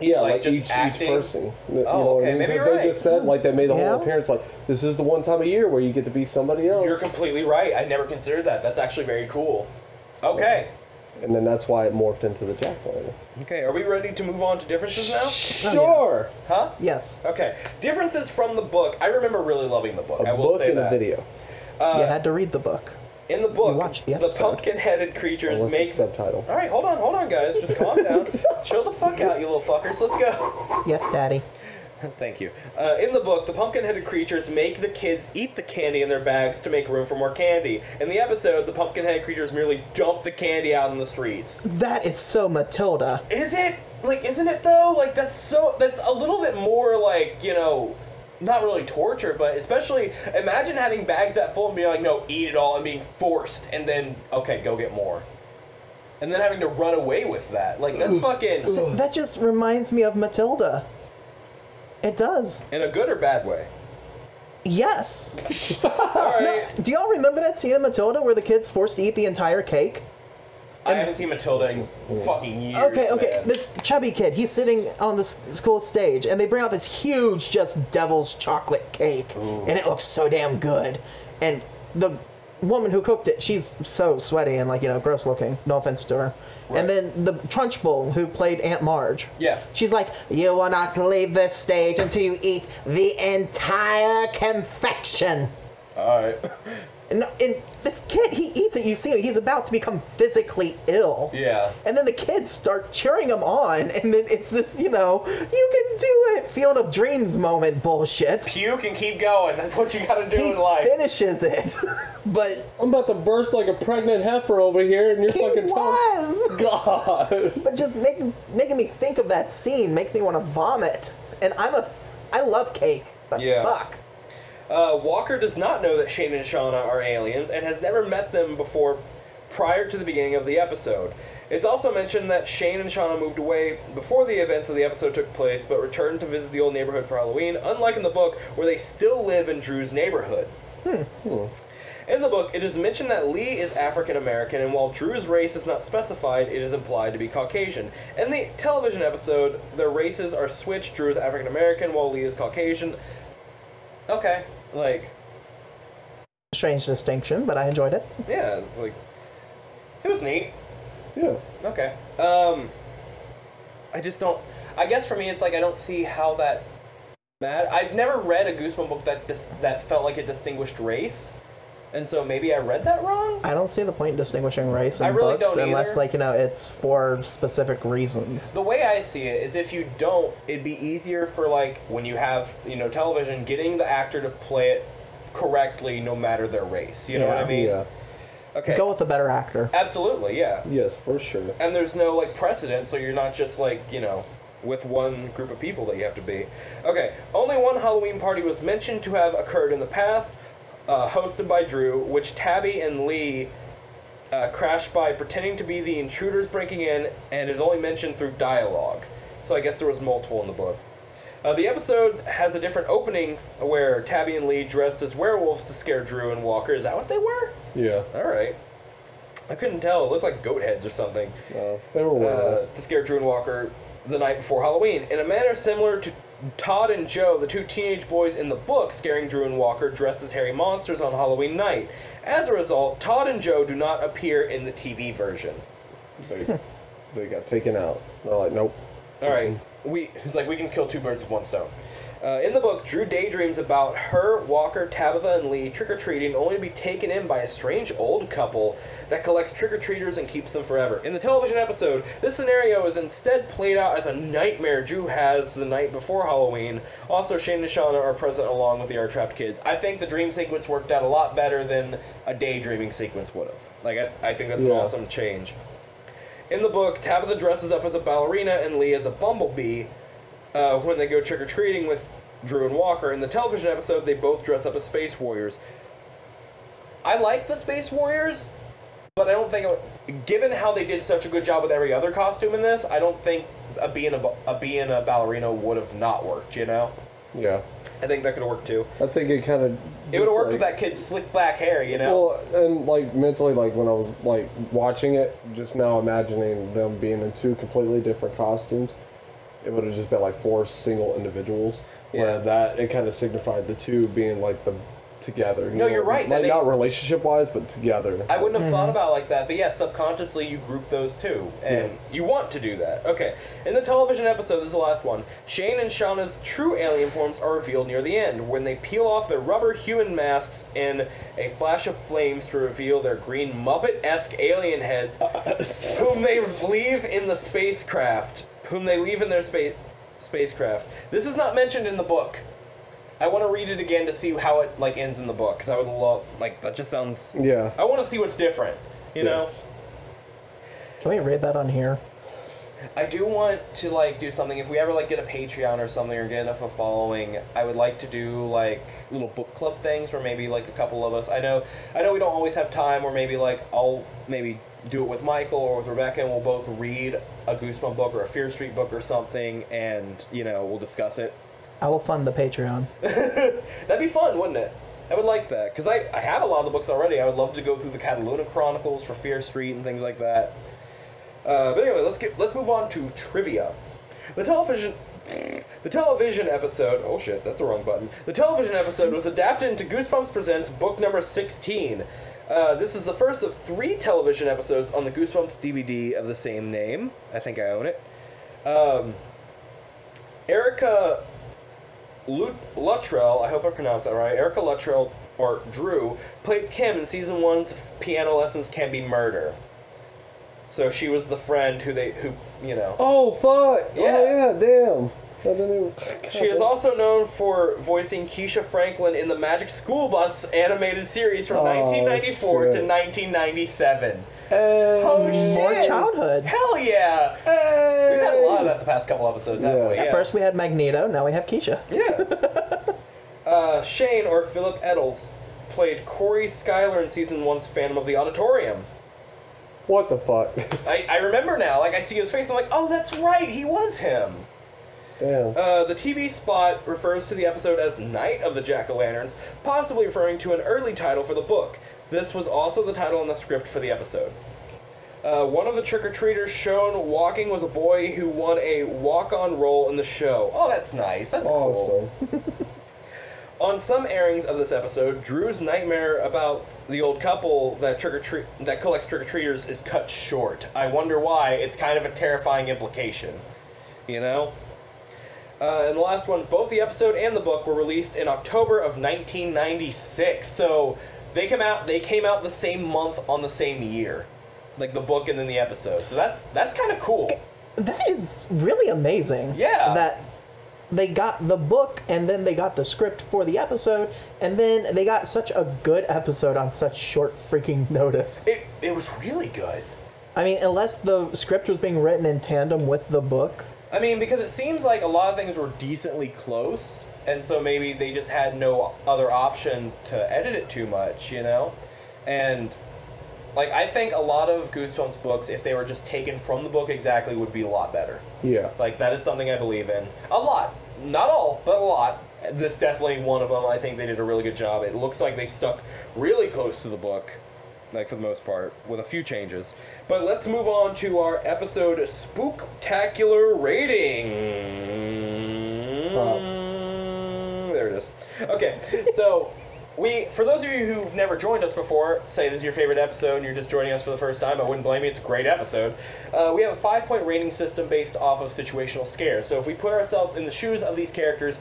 [SPEAKER 2] yeah,
[SPEAKER 1] like,
[SPEAKER 2] like,
[SPEAKER 1] just
[SPEAKER 2] each, each
[SPEAKER 1] acting?
[SPEAKER 2] person. You
[SPEAKER 1] Oh,
[SPEAKER 2] know what
[SPEAKER 1] okay,
[SPEAKER 2] I mean?
[SPEAKER 1] maybe
[SPEAKER 2] 'Cause
[SPEAKER 1] you're
[SPEAKER 2] they
[SPEAKER 1] right.
[SPEAKER 2] just said like they made the
[SPEAKER 3] Yeah.
[SPEAKER 2] whole appearance like this is the one time a year where you get to be somebody else.
[SPEAKER 1] You're completely right. I never considered that. That's actually very cool. Okay.
[SPEAKER 2] and then that's why it morphed into the jack o' lantern.
[SPEAKER 1] Okay, are we ready to move on to differences now? Oh,
[SPEAKER 2] Sure.
[SPEAKER 1] Huh?
[SPEAKER 3] Yes.
[SPEAKER 1] Okay. Differences from the book. I remember really loving the book. I
[SPEAKER 2] A
[SPEAKER 1] will
[SPEAKER 2] book
[SPEAKER 1] say
[SPEAKER 2] and
[SPEAKER 1] that.
[SPEAKER 2] a video.
[SPEAKER 3] you had to read the book.
[SPEAKER 1] In the book,
[SPEAKER 3] You watched the
[SPEAKER 1] the,
[SPEAKER 3] episode.
[SPEAKER 1] pumpkin-headed creatures
[SPEAKER 2] Unless
[SPEAKER 1] make
[SPEAKER 2] it's subtitle.
[SPEAKER 1] All right, hold on, hold on, guys. Just calm down. Chill the fuck out, you little fuckers. Let's go.
[SPEAKER 3] Yes, Daddy.
[SPEAKER 1] Thank you. Uh, in the book, the pumpkin-headed creatures make the kids eat the candy in their bags to make room for more candy. In the episode, the pumpkin-headed creatures merely dump the candy out in the streets.
[SPEAKER 3] That is so Matilda.
[SPEAKER 1] Is it like? Isn't it though? Like that's so. That's a little bit more like you know. Not really torture, but especially imagine having bags that full and being like, no, eat it all, and being forced, and then okay, go get more, and then having to run away with that. Like that's fucking
[SPEAKER 3] So that just reminds me of Matilda. It does.
[SPEAKER 1] in a good or bad way.
[SPEAKER 3] Yes.
[SPEAKER 1] All right,
[SPEAKER 3] Do y'all remember that scene in Matilda where the kid's forced to eat the entire cake?
[SPEAKER 1] I haven't seen Matilda in fucking years.
[SPEAKER 3] Okay, okay.
[SPEAKER 1] man.
[SPEAKER 3] This chubby kid, he's sitting on the s- school stage, and they bring out this huge, just devil's chocolate cake, and it looks so damn good. And the woman who cooked it, she's so sweaty and like you know, gross looking. No offense to her.
[SPEAKER 1] Right.
[SPEAKER 3] And then the Trunchbull who played Aunt Marge.
[SPEAKER 1] Yeah.
[SPEAKER 3] She's like, you will not leave this stage until you eat the entire confection.
[SPEAKER 1] all right,
[SPEAKER 3] And, and this kid, he eats it. You see, him, he's about to become physically ill.
[SPEAKER 1] Yeah.
[SPEAKER 3] And then the kids start cheering him on, and then it's this, you know, you can do it, Field of Dreams moment bullshit.
[SPEAKER 1] you can keep going. That's what you got to do
[SPEAKER 3] He
[SPEAKER 1] in life.
[SPEAKER 3] finishes it, but
[SPEAKER 2] I'm about to burst like a pregnant heifer over here, and you're
[SPEAKER 3] he
[SPEAKER 2] fucking talking.
[SPEAKER 3] was.
[SPEAKER 2] God.
[SPEAKER 3] But just making making me think of that scene makes me want to vomit. And I'm a, I love cake, but
[SPEAKER 1] Yeah.
[SPEAKER 3] fuck.
[SPEAKER 1] Uh, Walker does not know that Shane and Shauna are aliens and has never met them before prior to the beginning of the episode. It's also mentioned that Shane and Shauna moved away before the events of the episode took place but returned to visit the old neighborhood for Halloween, unlike in the book where they still live in Drew's neighborhood. In the book, it is mentioned that Lee is African American, and while Drew's race is not specified, it is implied to be Caucasian. In the television episode, their races are switched. Drew is African American, while Lee is Caucasian. Okay, like
[SPEAKER 3] Strange distinction, but I enjoyed it.
[SPEAKER 1] yeah, it's like it was neat.
[SPEAKER 2] Yeah.
[SPEAKER 1] Okay. Um, I just don't. I guess for me, it's like I don't see how that. Mad. I've never read a Goosebump book that dis- that felt like a distinguished race, and so maybe I read that wrong.
[SPEAKER 3] I don't see the point in distinguishing race in
[SPEAKER 1] I really
[SPEAKER 3] books
[SPEAKER 1] don't
[SPEAKER 3] unless,
[SPEAKER 1] either.
[SPEAKER 3] like, you know, it's for specific reasons.
[SPEAKER 1] The way I see it is if you don't, it'd be easier for like when you have, you know, television, getting the actor to play it correctly no matter their race. You know what
[SPEAKER 3] Yeah.
[SPEAKER 1] I mean?
[SPEAKER 2] Yeah.
[SPEAKER 1] Okay.
[SPEAKER 3] Go with a better actor.
[SPEAKER 1] Absolutely, yeah.
[SPEAKER 2] Yes, for sure.
[SPEAKER 1] And there's no like precedent, so you're not just like, you know, with one group of people that you have to be. Okay. Only one Halloween party was mentioned to have occurred in the past, uh, hosted by Drew, which Tabby and Lee uh, crashed by pretending to be the intruders breaking in and is only mentioned through dialogue. So I guess there was multiple in the book. Uh, the episode has a different opening where Tabby and Lee dressed as werewolves to scare Drew and Walker. Is that what they were?
[SPEAKER 2] Yeah.
[SPEAKER 1] All right. I couldn't tell. It looked like goat heads or something
[SPEAKER 2] No, they were
[SPEAKER 1] uh,
[SPEAKER 2] well.
[SPEAKER 1] to scare Drew and Walker the night before Halloween. In a manner similar to Todd and Joe, the two teenage boys in the book scaring Drew and Walker dressed as hairy monsters on Halloween night. As a result, Todd and Joe do not appear in the TV version. Uh,
[SPEAKER 2] they, they got taken out. They're like, nope.
[SPEAKER 1] All right, we it's like we can kill two birds with one stone. Uh, in the book, Drew daydreams about her, Walker, Tabitha, and Lee trick or treating, only to be taken in by a strange old couple that collects trick or treaters and keeps them forever. In the television episode, this scenario is instead played out as a nightmare Drew has the night before Halloween. Also, Shane and Shauna are present along with the R Trapped kids. I think the dream sequence worked out a lot better than a daydreaming sequence would have. Like, I, I think that's an
[SPEAKER 2] Yeah.
[SPEAKER 1] awesome change. In the book, Tabitha dresses up as a ballerina and Lee as a bumblebee uh, when they go trick or treating with Drew and Walker. In the television episode, they both dress up as space warriors. I like the space warriors, but I don't think, given how they did such a good job with every other costume in this, I don't think a being a, bu- a being a ballerina would have not worked. You know,
[SPEAKER 2] Yeah.
[SPEAKER 1] I think that could have worked too.
[SPEAKER 2] I think it kind of.
[SPEAKER 1] It would have worked with that kid's slick black hair. You know.
[SPEAKER 2] Well, and like mentally, like when I was like watching it, just now imagining them being in two completely different costumes, it would have just been like four single individuals. Where
[SPEAKER 1] Yeah.
[SPEAKER 2] that it kind of signified the two being like the together. you
[SPEAKER 1] No, you're right, that
[SPEAKER 2] Like not
[SPEAKER 1] makes-
[SPEAKER 2] relationship wise, but together.
[SPEAKER 1] I wouldn't have thought about it like that, but yeah, subconsciously you group those two, and you want to do that. Okay. In the television episode, this is the last one. Shane and Shauna's true alien forms are revealed near the end when they peel off their rubber human masks in a flash of flames to reveal their green Muppet-esque alien heads, whom they leave in the spacecraft. Whom they leave in their space spacecraft. This is not mentioned in the book. I want to read it again to see how it like ends in the book because I would love like that just sounds
[SPEAKER 2] Yeah.
[SPEAKER 1] I want to see what's different. You
[SPEAKER 2] Yes.
[SPEAKER 3] Can we read that on here?
[SPEAKER 1] know, I do want to like do something. If we ever like get a Patreon or something or get enough of a following, I would like to do like little book club things where maybe like a couple of us. I know, I know we don't always have time. Or maybe like I'll maybe do it with Michael or with Rebecca, and we'll both read a Goosebump book or a Fear Street book or something, and you know we'll discuss it.
[SPEAKER 3] I will fund the Patreon.
[SPEAKER 1] That'd be fun, wouldn't it? I would like that because I, I have a lot of the books already. I would love to go through the Cataluna Chronicles for Fear Street and things like that. Uh, but anyway, let's get let's move on to trivia. The television the television episode oh shit that's the wrong button. The television episode was adapted into Goosebumps Presents book number sixteen. Uh, this is the first of three television episodes on the Goosebumps DVD of the same name. I think I own it. Um, Erica Lut- Luttrell, I hope I pronounced that right. Erica Luttrell or Drew played Kim in season one's "Piano Lessons Can Be Murder." So she was the friend who they who you know.
[SPEAKER 2] Oh fuck!
[SPEAKER 1] Yeah.
[SPEAKER 2] Oh yeah! Damn. I didn't even.
[SPEAKER 1] She is also known for voicing Keisha Franklin in the Magic School Bus animated series from
[SPEAKER 2] Oh,
[SPEAKER 1] 1994 to
[SPEAKER 2] shit.
[SPEAKER 1] 1997.
[SPEAKER 2] Hey.
[SPEAKER 1] Oh shit!
[SPEAKER 3] More childhood.
[SPEAKER 1] Hell yeah!
[SPEAKER 2] Hey.
[SPEAKER 1] We've had a lot of that the past couple episodes, haven't
[SPEAKER 2] Yeah.
[SPEAKER 1] we?
[SPEAKER 2] At
[SPEAKER 3] At first we had Magneto, now we have Keisha.
[SPEAKER 1] Yeah. uh, Shane or Philip Eddles played Corey Schuyler in season one's Phantom of the Auditorium.
[SPEAKER 2] What the fuck?
[SPEAKER 1] I, I remember now. Like I see his face, I'm like, oh, that's right, he was him.
[SPEAKER 2] Damn.
[SPEAKER 1] Uh, the TV spot refers to the episode as Night of the Jack o' Lanterns, possibly referring to an early title for the book. This was also the title in the script for the episode. Uh, one of the trick or treaters shown walking was a boy who won a walk on role in the show. Oh, that's nice. That's cool.
[SPEAKER 2] awesome.
[SPEAKER 1] On some airings of this episode, Drew's nightmare about the old couple that trick or treat that collects trick or treaters is cut short. I wonder why. It's kind of a terrifying implication, you know. Uh, and the last one, both the episode and the book were released in October of 1996. So they come out. They came out the same month on the same year, like the book and then the episode. So that's that's kind of cool.
[SPEAKER 3] That is really amazing.
[SPEAKER 1] Yeah.
[SPEAKER 3] That they got the book and then they got the script for the episode and then they got such a good episode on such short freaking notice.
[SPEAKER 1] It it was really good.
[SPEAKER 3] I mean, unless the script was being written in tandem with the book.
[SPEAKER 1] I mean, because it seems like a lot of things were decently close, and so maybe they just had no other option to edit it too much, you know? And, like, I think a lot of Goosebumps books, if they were just taken from the book exactly, would be a lot better.
[SPEAKER 2] Yeah.
[SPEAKER 1] Like, that is something I believe in. A lot. Not all, but a lot. This definitely one of them. I think they did a really good job. It looks like they stuck really close to the book, like for the most part, with a few changes. But let's move on to our episode spooktacular rating.
[SPEAKER 2] Top.
[SPEAKER 1] Mm, There it is. Okay, so we, for those of you who've never joined us before, say this is your favorite episode and you're just joining us for the first time, I wouldn't blame you. It's a great episode. Uh, we have a five point rating system based off of situational scares. So if we put ourselves in the shoes of these characters,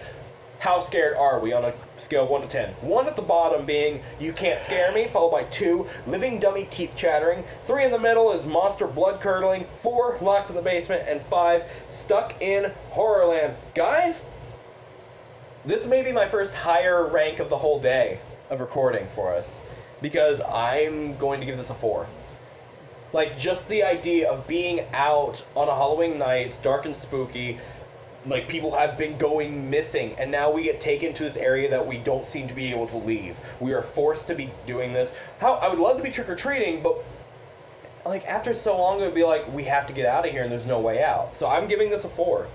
[SPEAKER 1] how scared are we on a scale of 1 to 10? 1 at the bottom being, you can't scare me, followed by 2, living dummy teeth chattering. 3 in the middle is monster blood curdling. 4, locked in the basement. And 5, stuck in Horrorland. Guys, this may be my first higher rank of the whole day of recording for us because I'm going to give this a 4. Like, just the idea of being out on a Halloween night, it's dark and spooky, like people have been going missing and now we get taken to this area that we don't seem to be able to leave we are forced to be doing this how i would love to be trick-or-treating but like after so long it would be like we have to get out of here and there's no way out so i'm giving this a four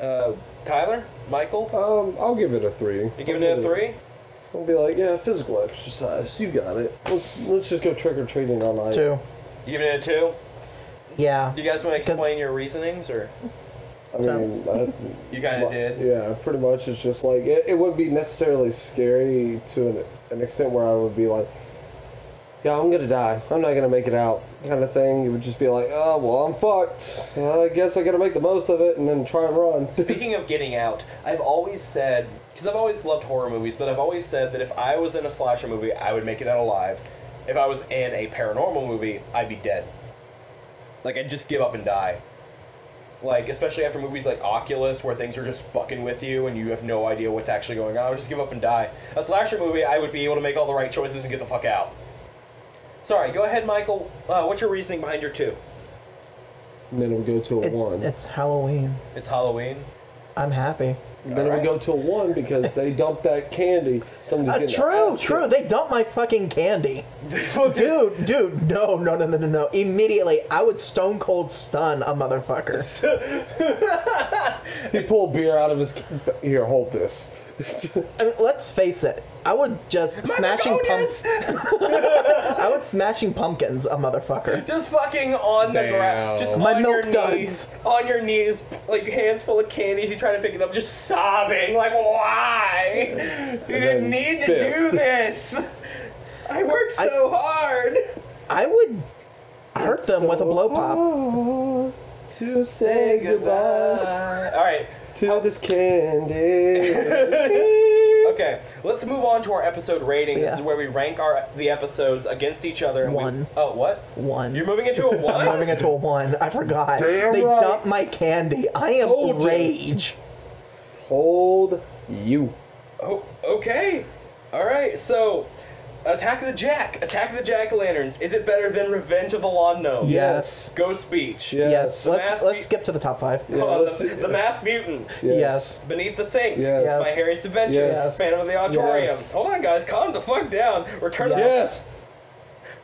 [SPEAKER 1] uh, tyler michael
[SPEAKER 2] Um, I'll give it a three.
[SPEAKER 1] you giving it a three
[SPEAKER 2] I'll be like, yeah, physical exercise. You got it. Let's let's just go trick or treating all night.
[SPEAKER 3] Two.
[SPEAKER 1] you giving it a two
[SPEAKER 3] Yeah.
[SPEAKER 1] do you guys want to
[SPEAKER 3] Because-
[SPEAKER 1] explain your reasonings or
[SPEAKER 2] I mean, I,
[SPEAKER 1] you kind of
[SPEAKER 2] Well,
[SPEAKER 1] did
[SPEAKER 2] Yeah, pretty much. It's just like it, it wouldn't be necessarily scary to an, an extent where I would be like, "Yeah, I'm gonna die. I'm not gonna make it out," kind of thing. You would just be like, "Oh well, I'm fucked. Uh, I guess I gotta make the most of it and then try and run."
[SPEAKER 1] Speaking of getting out, I've always said because I've always loved horror movies, but I've always said that if I was in a slasher movie, I would make it out alive. If I was in a paranormal movie, I'd be dead. Like I'd just give up and die. Like especially after movies like Oculus, where things are just fucking with you and you have no idea what's actually going on, I would just give up and die. A slasher movie, I would be able to make all the right choices and get the fuck out. Sorry, go ahead, Michael. Uh, what's your reasoning behind your two?
[SPEAKER 2] and then it would go to a
[SPEAKER 3] It,
[SPEAKER 2] one.
[SPEAKER 3] it's Halloween.
[SPEAKER 1] It's Halloween.
[SPEAKER 3] I'm happy.
[SPEAKER 2] then it would go to a one because they dumped that candy. Somebody's
[SPEAKER 3] Uh,
[SPEAKER 2] getting
[SPEAKER 3] true,
[SPEAKER 2] ass
[SPEAKER 3] true.
[SPEAKER 2] kicked.
[SPEAKER 3] They dumped my fucking candy. dude, dude, no, no, no, no, no, no. Immediately, I would stone cold stun a motherfucker.
[SPEAKER 2] He pulled beer out of his. Here, hold this.
[SPEAKER 3] I mean, let's face it. I would just smashing pumpkins. I would smashing pumpkins a motherfucker.
[SPEAKER 1] Just fucking on the
[SPEAKER 2] Damn.
[SPEAKER 1] ground. Just
[SPEAKER 3] My
[SPEAKER 1] on your
[SPEAKER 3] milk duds.
[SPEAKER 1] knees. On your knees, like hands full of candies, you trying to pick it up, just sobbing, like, why? You didn't
[SPEAKER 2] then
[SPEAKER 1] need to
[SPEAKER 2] fist.
[SPEAKER 1] do this. I worked so hard.
[SPEAKER 3] I would hurt them with a blow pop.
[SPEAKER 2] Oh, to say goodbye.
[SPEAKER 1] Alright.
[SPEAKER 2] to this candy.
[SPEAKER 1] Okay, let's move on to our episode rating.
[SPEAKER 3] So,
[SPEAKER 1] This
[SPEAKER 3] yeah.
[SPEAKER 1] is where we rank our the episodes against each other. and we-
[SPEAKER 3] One.
[SPEAKER 1] oh, what?
[SPEAKER 3] One.
[SPEAKER 1] You're moving into a one?
[SPEAKER 3] I'm moving it to a one. I forgot.
[SPEAKER 2] Damn
[SPEAKER 3] they
[SPEAKER 2] right.
[SPEAKER 3] dumped my candy. I am
[SPEAKER 2] Told you.
[SPEAKER 3] rage.
[SPEAKER 2] Hold you.
[SPEAKER 1] Oh, okay. All right. So, Attack of the Jack, Attack of the Jack o' Lanterns. Is it better than Revenge of the Lawn Gnome?
[SPEAKER 3] Yes.
[SPEAKER 1] Ghost Beach.
[SPEAKER 2] Yeah.
[SPEAKER 3] Yes.
[SPEAKER 2] The
[SPEAKER 3] Let's
[SPEAKER 1] mask-
[SPEAKER 3] let's skip to the top five.
[SPEAKER 2] Yeah.
[SPEAKER 1] Uh,
[SPEAKER 2] let's
[SPEAKER 1] the,
[SPEAKER 2] see.
[SPEAKER 1] the Masked Mutant.
[SPEAKER 3] Yes.
[SPEAKER 1] Beneath the Sink.
[SPEAKER 2] Yes.
[SPEAKER 1] My
[SPEAKER 3] Yes.
[SPEAKER 1] Harry's Adventures.
[SPEAKER 2] Yes.
[SPEAKER 1] Phantom of the Auditorium.
[SPEAKER 3] Yes.
[SPEAKER 1] Hold on, guys. Calm the fuck down. Return of
[SPEAKER 2] Yes.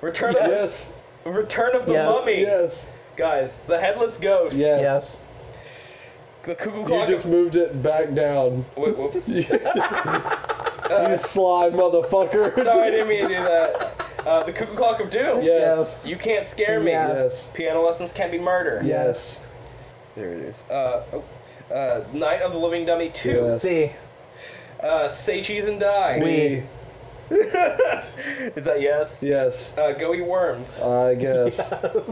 [SPEAKER 1] the Return
[SPEAKER 2] Yes.
[SPEAKER 1] of Return of the
[SPEAKER 3] Yes.
[SPEAKER 1] Mummy.
[SPEAKER 2] Yes.
[SPEAKER 1] Guys, the Headless Ghost.
[SPEAKER 2] Yes.
[SPEAKER 3] Yes.
[SPEAKER 1] The Cuckoo
[SPEAKER 2] You
[SPEAKER 1] Clock.
[SPEAKER 2] just moved it back down.
[SPEAKER 1] Wait, whoops.
[SPEAKER 2] you Uh, sly motherfucker.
[SPEAKER 1] Sorry, I didn't mean to do that. Uh, the Cuckoo Clock of Doom.
[SPEAKER 2] Yes.
[SPEAKER 1] You can't scare me.
[SPEAKER 3] Yes.
[SPEAKER 1] Piano lessons can be murder.
[SPEAKER 2] Yes.
[SPEAKER 1] There it is. Uh, oh, uh, Night of the Living Dummy 2.
[SPEAKER 2] Yes.
[SPEAKER 3] See.
[SPEAKER 1] Uh, Say Cheese and Die.
[SPEAKER 3] We.
[SPEAKER 1] Is that yes?
[SPEAKER 2] Yes.
[SPEAKER 1] Uh, go Eat Worms.
[SPEAKER 2] I guess.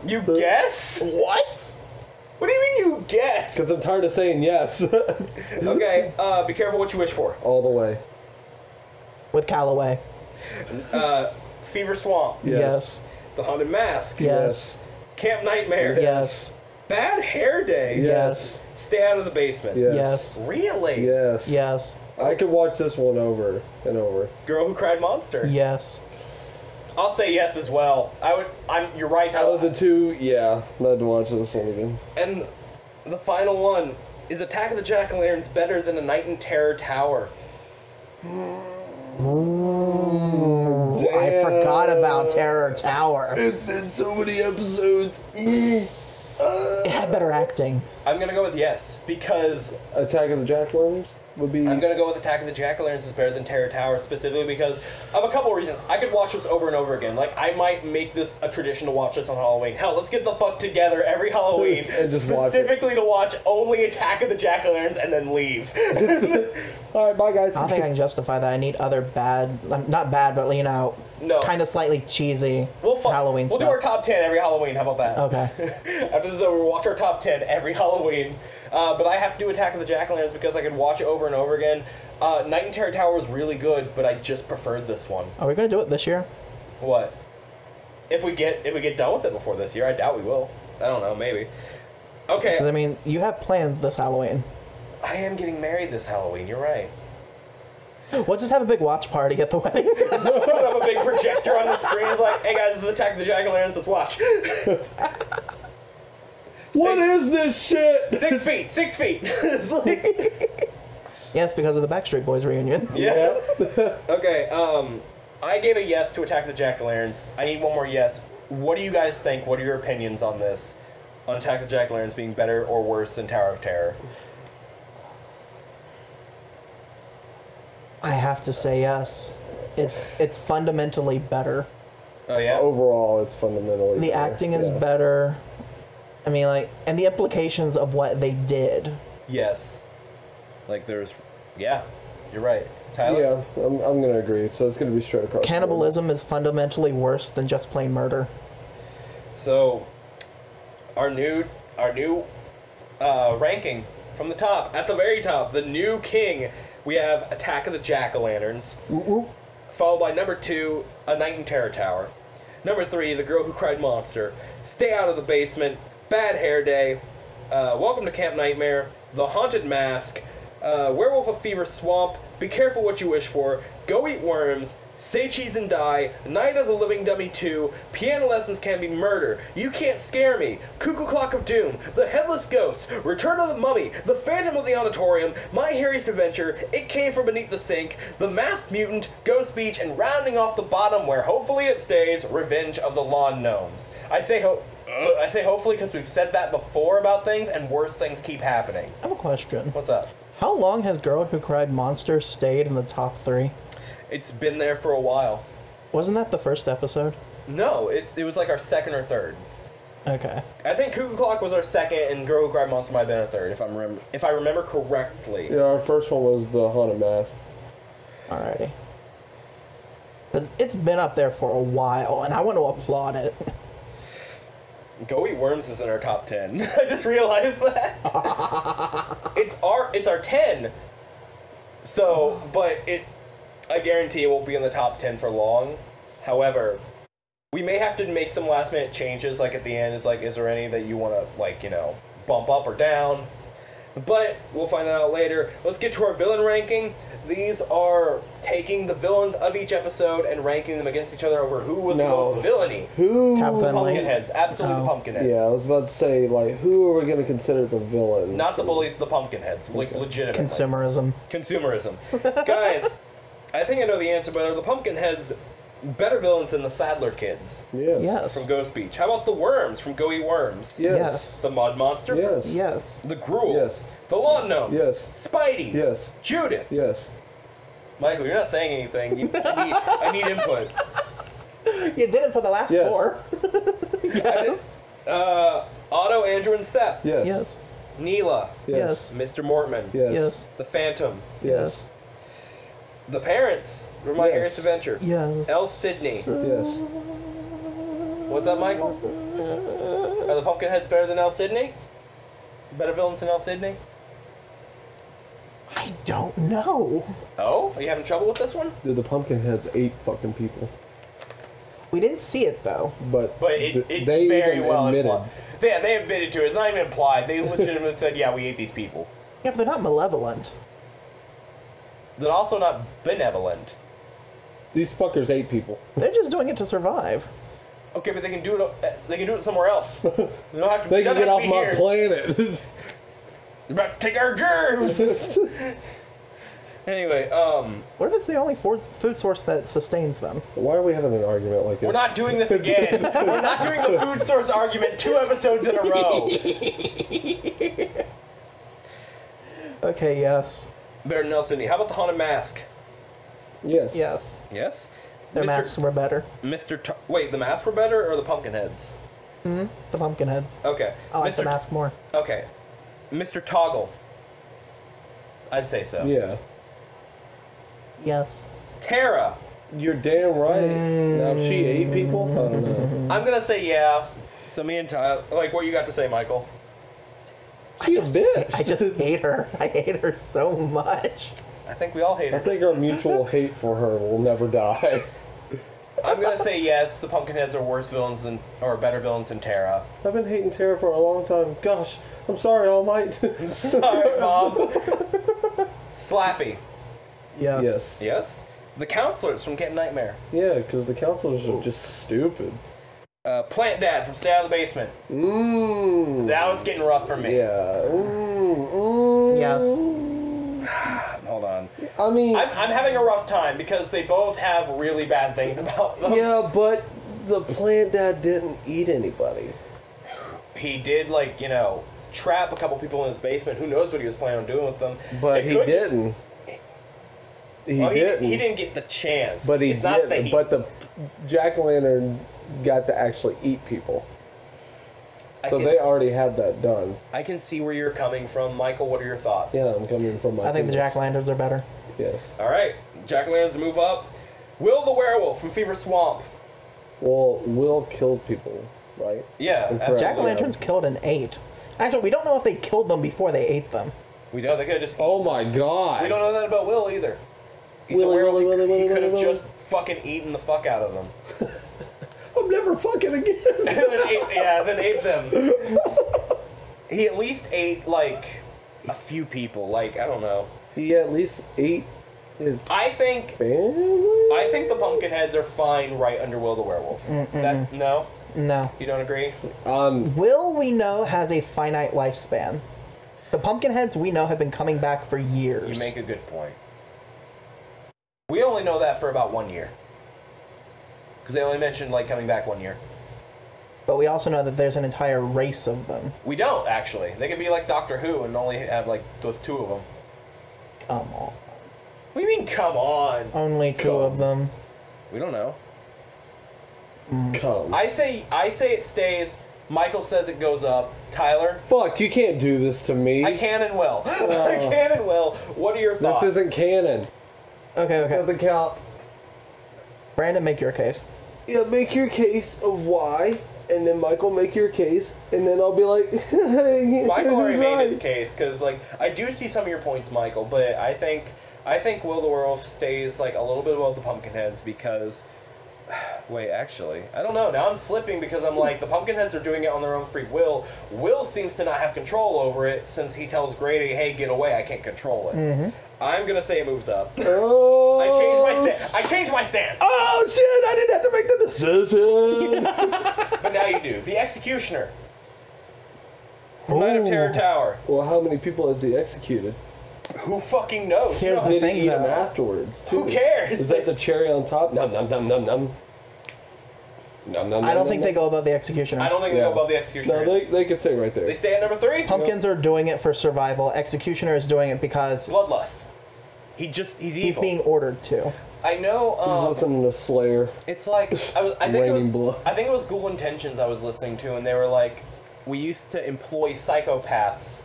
[SPEAKER 1] You guess?
[SPEAKER 3] What?
[SPEAKER 1] What do you mean you guess?
[SPEAKER 2] Because I'm tired of saying yes.
[SPEAKER 1] Okay, uh, be careful what you wish for.
[SPEAKER 2] All the way.
[SPEAKER 3] With Callaway.
[SPEAKER 1] Uh, Fever Swamp.
[SPEAKER 3] Yes.
[SPEAKER 2] Yes.
[SPEAKER 1] The Haunted Mask.
[SPEAKER 3] Yes.
[SPEAKER 1] Camp Nightmare.
[SPEAKER 3] Yes.
[SPEAKER 1] Bad Hair Day.
[SPEAKER 3] Yes.
[SPEAKER 1] Stay out of the basement.
[SPEAKER 3] Yes.
[SPEAKER 1] Really?
[SPEAKER 2] Yes.
[SPEAKER 3] Yes.
[SPEAKER 2] I could watch this one over and over.
[SPEAKER 1] Girl Who Cried Monster.
[SPEAKER 3] Yes.
[SPEAKER 1] I'll say yes as well. I would. I'm. You're right. I
[SPEAKER 2] Out of the two, yeah, I'd watch this one again.
[SPEAKER 1] And the final one is Attack of the Jack o' Lanterns better than A Night in Terror Tower?
[SPEAKER 3] Ooh, I forgot about Terror Tower.
[SPEAKER 2] It's been so many episodes.
[SPEAKER 3] It had better acting.
[SPEAKER 1] I'm gonna go with yes because
[SPEAKER 2] Attack of the Jack Lanterns would be.
[SPEAKER 1] I'm gonna go with Attack of the Jack o' Lanterns is better than Terror Tower specifically because of a couple reasons. I could watch this over and over again. Like I might make this a tradition to watch this on Halloween. Hell, let's get the fuck together every Halloween
[SPEAKER 2] And just watch it.
[SPEAKER 1] specifically to watch only Attack of the Jack o' Lanterns and then leave.
[SPEAKER 2] All right, bye guys.
[SPEAKER 3] I don't think I can justify that. I need other bad, um, not bad, but you know,
[SPEAKER 1] No.
[SPEAKER 3] kind of slightly cheesy
[SPEAKER 1] We'll fu-
[SPEAKER 3] Halloween
[SPEAKER 1] We'll
[SPEAKER 3] stuff.
[SPEAKER 1] do our top ten every Halloween. How about that?
[SPEAKER 3] okay.
[SPEAKER 1] After this is over, we'll watch our top ten every Halloween. Uh, but I have to do Attack of the Jack o' Lanterns because I could watch it over and over again. Uh, Night in Terror Tower was really good, but I just preferred this one.
[SPEAKER 3] Are we gonna do it this year?
[SPEAKER 1] What? If we get if we get done with it before this year, I doubt we will. I don't know, maybe. Okay,
[SPEAKER 3] 'Cause, I mean, you have plans this Halloween.
[SPEAKER 1] I am getting married this Halloween. You're right.
[SPEAKER 3] We'll just have a big watch party at the wedding.
[SPEAKER 1] Put up a big projector on the screen. It's like, hey guys, this is Attack of the Jack o' Lanterns. Let's watch.
[SPEAKER 2] What is this shit?
[SPEAKER 1] Six feet, six feet. it's like,
[SPEAKER 3] yes, because of the Backstreet Boys reunion.
[SPEAKER 1] yeah. Okay. Um, I gave a yes to Attack of the Jack o' Lanterns. I need one more yes. What do you guys think? What are your opinions on this? On Attack of the Jack o' Lanterns being better or worse than Tower of Terror?
[SPEAKER 3] I have to say yes. It's it's fundamentally better.
[SPEAKER 1] Oh yeah.
[SPEAKER 2] Overall, it's fundamentally.
[SPEAKER 3] The
[SPEAKER 2] better,
[SPEAKER 3] acting is
[SPEAKER 2] yeah.
[SPEAKER 3] better. I mean, like, and the implications of what they did.
[SPEAKER 1] Yes. Like there's, yeah, you're right, Tyler.
[SPEAKER 2] Yeah, I'm, I'm gonna agree. So it's gonna be straight across. the board.
[SPEAKER 3] Cannibalism is fundamentally worse than just plain murder.
[SPEAKER 1] So, our new our new uh, ranking from the top at the very top, the new king. We have Attack of the Jack o' Lanterns, followed by number two, A Night in Terror Tower. Number three, The Girl Who Cried Monster. Stay out of the basement. Bad Hair Day. Uh, Welcome to Camp Nightmare. The Haunted Mask. Uh, Werewolf of Fever Swamp. Be careful what you wish for. Go eat worms. Say cheese and die. Night of the Living Dummy 2. Piano lessons can be murder. You can't scare me. Cuckoo Clock of Doom. The Headless Ghost. Return of the Mummy. The Phantom of the Auditorium. My Harry's Adventure. It Came from Beneath the Sink. The Masked Mutant. Ghost Beach. And rounding off the bottom, where hopefully it stays, Revenge of the Lawn Gnomes. I say ho. Ugh, I say hopefully because we've said that before about things, and worse things keep happening.
[SPEAKER 3] I have a question.
[SPEAKER 1] What's up?
[SPEAKER 3] How long has Girl Who Cried Monster stayed in the top three?
[SPEAKER 1] It's been there for a while.
[SPEAKER 3] Wasn't that the first episode?
[SPEAKER 1] No, it, it was like our second or third.
[SPEAKER 3] Okay.
[SPEAKER 1] I think Cuckoo Clock was our second, and Girl Who Cried Monster might have been our third, if I'm rem- if I remember correctly.
[SPEAKER 2] Yeah, our first one was the haunted mask.
[SPEAKER 3] Alrighty. 'Cause it's been up there for a while, and I want to applaud it.
[SPEAKER 1] Go Eat Worms is in our top ten. I just realized that. it's our it's our ten. So, but it, I guarantee it won't be in the top ten for long. However, we may have to make some last minute changes. Like at the end, it's like, is there any that you want to like you know bump up or down? But we'll find that out later. Let's get to our villain ranking. These are taking the villains of each episode and ranking them against each other over who was
[SPEAKER 2] No.
[SPEAKER 1] the most villainy.
[SPEAKER 2] Who?
[SPEAKER 3] Have fun.
[SPEAKER 1] Pumpkinheads, absolutely
[SPEAKER 3] Oh.
[SPEAKER 1] the pumpkinheads.
[SPEAKER 2] Yeah, I was about to say like, who are we gonna consider the villain?
[SPEAKER 1] Not the bullies, the pumpkinheads. Like legitimately.
[SPEAKER 3] Consumerism.
[SPEAKER 1] Consumerism. Guys, I think I know the answer, but are the pumpkinheads better villains than the Sadler kids
[SPEAKER 2] Yes.
[SPEAKER 1] from
[SPEAKER 3] Yes.
[SPEAKER 1] Ghost Beach? How about the worms from Go Eat Worms?
[SPEAKER 2] Yes.
[SPEAKER 1] The Mud Monster? from-
[SPEAKER 2] Yes.
[SPEAKER 3] Yes.
[SPEAKER 1] The Gruel?
[SPEAKER 2] Yes.
[SPEAKER 1] The Lawn Gnomes?
[SPEAKER 2] Yes.
[SPEAKER 1] Spidey?
[SPEAKER 2] Yes.
[SPEAKER 1] Judith?
[SPEAKER 2] Yes.
[SPEAKER 1] Michael, you're not saying anything. You, I, need, I need input.
[SPEAKER 3] You did it for the last
[SPEAKER 2] Yes.
[SPEAKER 3] four. yes.
[SPEAKER 1] Uh, Otto, Andrew, and Seth.
[SPEAKER 2] Yes.
[SPEAKER 3] Yes.
[SPEAKER 1] Neela.
[SPEAKER 2] Yes.
[SPEAKER 3] Yes.
[SPEAKER 1] Mr. Mortman.
[SPEAKER 2] Yes.
[SPEAKER 3] Yes.
[SPEAKER 1] The Phantom.
[SPEAKER 2] Yes.
[SPEAKER 1] The parents from My
[SPEAKER 2] Yes.
[SPEAKER 1] Harris Adventure.
[SPEAKER 3] Yes.
[SPEAKER 1] L. Sidney.
[SPEAKER 2] Yes.
[SPEAKER 1] What's up, Michael? Are the Pumpkinheads better than El Sydney? Better villains than El Sydney?
[SPEAKER 3] I don't know.
[SPEAKER 1] Oh, are you having trouble with this one?
[SPEAKER 2] Dude, the pumpkin heads ate fucking people,
[SPEAKER 3] We didn't see it though.
[SPEAKER 2] but
[SPEAKER 1] But it,
[SPEAKER 2] th-
[SPEAKER 1] it's
[SPEAKER 2] they
[SPEAKER 1] very
[SPEAKER 2] even
[SPEAKER 1] well
[SPEAKER 2] admitted.
[SPEAKER 1] implied. Yeah, they admitted to it. It's not even implied. They legitimately said, "Yeah, we ate these people."
[SPEAKER 3] Yeah, but they're not malevolent.
[SPEAKER 1] They're also not benevolent.
[SPEAKER 2] These fuckers ate people.
[SPEAKER 3] They're just doing it to survive.
[SPEAKER 1] Okay, but they can do it. They can do it somewhere else. They don't have to.
[SPEAKER 2] They
[SPEAKER 1] don't
[SPEAKER 2] can
[SPEAKER 1] have
[SPEAKER 2] get off
[SPEAKER 1] to be
[SPEAKER 2] my
[SPEAKER 1] here.
[SPEAKER 2] planet.
[SPEAKER 1] They're about to take our germs. anyway, um,
[SPEAKER 3] What if it's the only for- food source that sustains them?
[SPEAKER 2] Why are we having an argument like this?
[SPEAKER 1] we're not doing this again. we're not doing the food source argument two episodes in a row.
[SPEAKER 3] Okay, yes.
[SPEAKER 1] Better than El Sydney. How about the haunted mask?
[SPEAKER 2] Yes.
[SPEAKER 3] Yes.
[SPEAKER 1] Yes.
[SPEAKER 3] Their
[SPEAKER 1] Mr.
[SPEAKER 3] masks were better.
[SPEAKER 1] Mr. T- Wait, the masks were better or the pumpkin heads?
[SPEAKER 3] The pumpkin heads.
[SPEAKER 1] Okay.
[SPEAKER 3] I like
[SPEAKER 1] Mr.
[SPEAKER 3] the mask more.
[SPEAKER 1] Okay. Mr. Toggle. I'd say so.
[SPEAKER 2] Yeah.
[SPEAKER 3] Yes.
[SPEAKER 1] Tara.
[SPEAKER 2] You're damn right. Now if she ate people, I
[SPEAKER 3] Mm.
[SPEAKER 2] don't know.
[SPEAKER 1] I'm gonna say yeah. So me and Tyler, like what you got to say, Michael?
[SPEAKER 2] She a
[SPEAKER 3] just-
[SPEAKER 2] bitch.
[SPEAKER 3] I just hate her. I hate her so much.
[SPEAKER 1] I think we all hate
[SPEAKER 2] I
[SPEAKER 1] her.
[SPEAKER 2] think our mutual hate for her will never die.
[SPEAKER 1] I'm gonna say yes. The Pumpkinheads are worse villains than, or better villains than Tara.
[SPEAKER 2] I've been hating Tara for a long time. Gosh, I'm sorry, All Might.
[SPEAKER 1] Sorry, mom. Slappy.
[SPEAKER 3] Yes.
[SPEAKER 2] yes.
[SPEAKER 1] Yes. The counselors from Get Nightmare.
[SPEAKER 2] Yeah, because the counselors are just stupid.
[SPEAKER 1] Uh, Plant Dad from Stay Out of the Basement.
[SPEAKER 2] Mmm.
[SPEAKER 1] Now it's getting rough for me.
[SPEAKER 2] Yeah. Mmm. Mm.
[SPEAKER 1] Hold on.
[SPEAKER 2] I mean,
[SPEAKER 1] I'm, I'm having a rough time because they both have really bad things about them.
[SPEAKER 2] yeah, but the plant dad didn't eat anybody.
[SPEAKER 1] He did, like, you know, trap a couple people in his basement. Who knows what he was planning on doing with them?
[SPEAKER 2] But
[SPEAKER 1] It
[SPEAKER 2] he
[SPEAKER 1] could-
[SPEAKER 2] didn't. He
[SPEAKER 1] Well, he,
[SPEAKER 2] didn't.
[SPEAKER 1] didn't. he didn't get the chance.
[SPEAKER 2] But he
[SPEAKER 1] it's
[SPEAKER 2] did.
[SPEAKER 1] not that he,
[SPEAKER 2] But the jack o' lantern got to actually eat people.
[SPEAKER 1] I
[SPEAKER 2] So
[SPEAKER 1] can,
[SPEAKER 2] they already had that done.
[SPEAKER 1] I can see where you're coming from. Michael, what are your thoughts?
[SPEAKER 2] Yeah, I'm coming from my.
[SPEAKER 3] I think the jack
[SPEAKER 2] fingers.
[SPEAKER 3] o' lanterns are better.
[SPEAKER 2] Yes.
[SPEAKER 1] All right. Jack o' lanterns move up. Will the werewolf from Fever Swamp.
[SPEAKER 2] Well, Will killed people, right?
[SPEAKER 1] Yeah.
[SPEAKER 2] Correct.
[SPEAKER 1] absolutely.
[SPEAKER 3] Jack o' lanterns killed and ate. Actually, we don't know if they killed them before they ate them.
[SPEAKER 1] We know they could have just.
[SPEAKER 2] Oh my God!
[SPEAKER 1] We don't know that about Will either. He's
[SPEAKER 2] Willy,
[SPEAKER 1] a werewolf.
[SPEAKER 2] Willy,
[SPEAKER 1] he
[SPEAKER 2] Willy, Willy,
[SPEAKER 1] could have
[SPEAKER 2] Willy.
[SPEAKER 1] just fucking eaten the fuck out of them.
[SPEAKER 2] I'm never fucking again.
[SPEAKER 1] and then ate, yeah, then ate them. he at least ate like a few people. Like I don't know.
[SPEAKER 2] he at least ate his
[SPEAKER 1] I think
[SPEAKER 2] family.
[SPEAKER 1] I think the Pumpkinheads are fine right under Will the Werewolf. That no,
[SPEAKER 3] No.
[SPEAKER 1] you don't agree?
[SPEAKER 2] Um,
[SPEAKER 3] Will we know has a finite lifespan. The Pumpkinheads we know have been coming back for years.
[SPEAKER 1] You make a good point. We only know that for about one year. Because they only mentioned like coming back one year.
[SPEAKER 3] But we also know that there's an entire race of them.
[SPEAKER 1] We don't actually. They could be like Doctor Who and only have like those two of them.
[SPEAKER 3] Come on.
[SPEAKER 1] What do you mean? Come on.
[SPEAKER 3] Only two
[SPEAKER 2] Come.
[SPEAKER 3] of them.
[SPEAKER 1] We don't know.
[SPEAKER 2] come.
[SPEAKER 1] I say I say it stays. Michael says it goes up. Tyler,
[SPEAKER 2] Fuck! You can't do this to me.
[SPEAKER 1] I can and will. I can and will. What are your
[SPEAKER 2] This
[SPEAKER 1] thoughts?
[SPEAKER 2] isn't canon.
[SPEAKER 3] Okay, okay.
[SPEAKER 2] Doesn't count.
[SPEAKER 3] Brandon, make your case.
[SPEAKER 2] Yeah, make your case of why, and then Michael make your case, and then I'll be like,
[SPEAKER 1] Michael
[SPEAKER 2] Michael
[SPEAKER 1] already made his case because like I do see some of your points, Michael, but I think I think Will the Werewolf stays like a little bit above the Pumpkinheads because. Wait, actually, I don't know. Now I'm slipping because I'm like the Pumpkinheads are doing it on their own free will. Will seems to not have control over it since he tells Grady, "Hey, get away! I can't control it."
[SPEAKER 3] Mm-hmm.
[SPEAKER 1] I'm gonna say it moves up.
[SPEAKER 2] Oh,
[SPEAKER 1] I changed my sta- I changed my stance.
[SPEAKER 2] Oh shit! I didn't have to make the decision.
[SPEAKER 1] But now you do. The Executioner. Night of Terror Tower.
[SPEAKER 2] Well, how many people has he executed?
[SPEAKER 1] Who fucking knows?
[SPEAKER 3] Here's
[SPEAKER 1] No.
[SPEAKER 3] the
[SPEAKER 2] Did
[SPEAKER 3] thing,
[SPEAKER 2] he eat him
[SPEAKER 3] though.
[SPEAKER 2] afterwards? Too?
[SPEAKER 1] Who cares?
[SPEAKER 2] Is that the cherry on top? Nom nom nom nom nom. Nom nom.
[SPEAKER 3] I don't
[SPEAKER 2] nom,
[SPEAKER 3] think
[SPEAKER 2] nom,
[SPEAKER 3] they go above the executioner.
[SPEAKER 1] I don't think they go above the Executioner.
[SPEAKER 2] No, they, they could say right there.
[SPEAKER 1] They stay at number three.
[SPEAKER 3] Pumpkins are doing it for survival. Executioner is doing it because
[SPEAKER 1] Bloodlust. He just he's evil.
[SPEAKER 3] he's being ordered to.
[SPEAKER 1] I know.
[SPEAKER 2] He's
[SPEAKER 1] Um,
[SPEAKER 2] listening to Slayer.
[SPEAKER 1] it's like I was. I think it
[SPEAKER 2] Raining
[SPEAKER 1] was.
[SPEAKER 2] blood.
[SPEAKER 1] I think it was Ghoul Intentions I was listening to, and they were like, we used to employ psychopaths,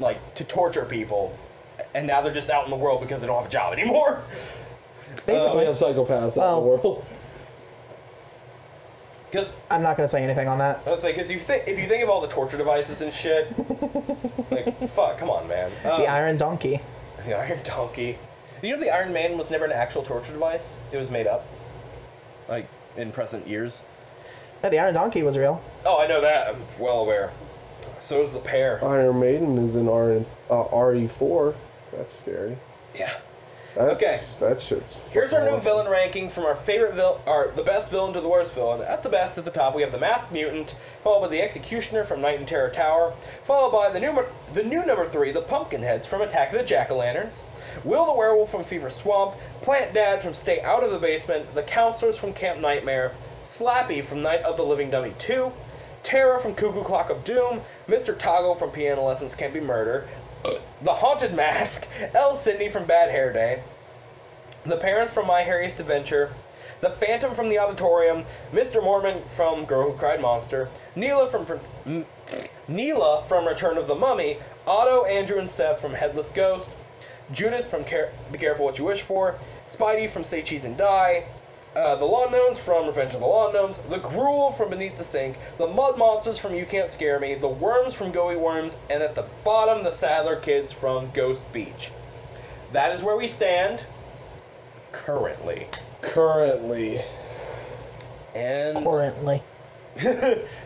[SPEAKER 1] like to torture people, and now they're just out in the world because they don't have a job anymore.
[SPEAKER 2] We
[SPEAKER 3] Basically,
[SPEAKER 2] have psychopaths out
[SPEAKER 3] Oh. Well-
[SPEAKER 2] in the world.
[SPEAKER 1] Because
[SPEAKER 3] I'm not going to say anything on that.
[SPEAKER 1] I was like, because you think if you think of all the torture devices and shit, like fuck, come on, man. Um,
[SPEAKER 3] The Iron Donkey.
[SPEAKER 1] the Iron Donkey. You know, the Iron Man was never an actual torture device. It was made up, like in present years.
[SPEAKER 3] No, the Iron Donkey was real.
[SPEAKER 1] Oh, I know that. I'm well aware. So is the pair.
[SPEAKER 2] Iron Maiden is in R uh, RE4. That's scary.
[SPEAKER 1] Yeah.
[SPEAKER 2] That's,
[SPEAKER 1] Okay.
[SPEAKER 2] That shit's.
[SPEAKER 1] Here's our
[SPEAKER 2] fucking
[SPEAKER 1] new
[SPEAKER 2] awful.
[SPEAKER 1] villain ranking from our favorite villain, our the best villain to the worst villain. At the best, at the top, we have the Masked Mutant, followed by the Executioner from Night and Terror Tower, followed by the new mer- the new number three, the Pumpkinheads from Attack of the Jack O' Lanterns, Will the Werewolf from Fever Swamp, Plant Dad from Stay Out of the Basement, the Counselors from Camp Nightmare, Slappy from Night of the Living Dummy Two, Terra from Cuckoo Clock of Doom, Mr. Toggle from Piano Lessons Can't Be Murder, the Haunted Mask, L. Sydney from Bad Hair Day. The parents from My Hairiest Adventure, the Phantom from the Auditorium, Mr. Mormon from Girl Who Cried Monster, Neela from, from M- Neela from Return of the Mummy, Otto, Andrew, and Seth from Headless Ghost, Judith from Care- Be Careful What You Wish For, Spidey from Say Cheese and Die, Uh, the Lawn Gnomes from Revenge of the Lawn Gnomes, the Gruel from Beneath the Sink, the Mud Monsters from You Can't Scare Me, the Worms from Goey Worms, and at the bottom, the Sadler Kids from Ghost Beach. That is where we stand currently.
[SPEAKER 2] Currently.
[SPEAKER 1] And
[SPEAKER 3] currently.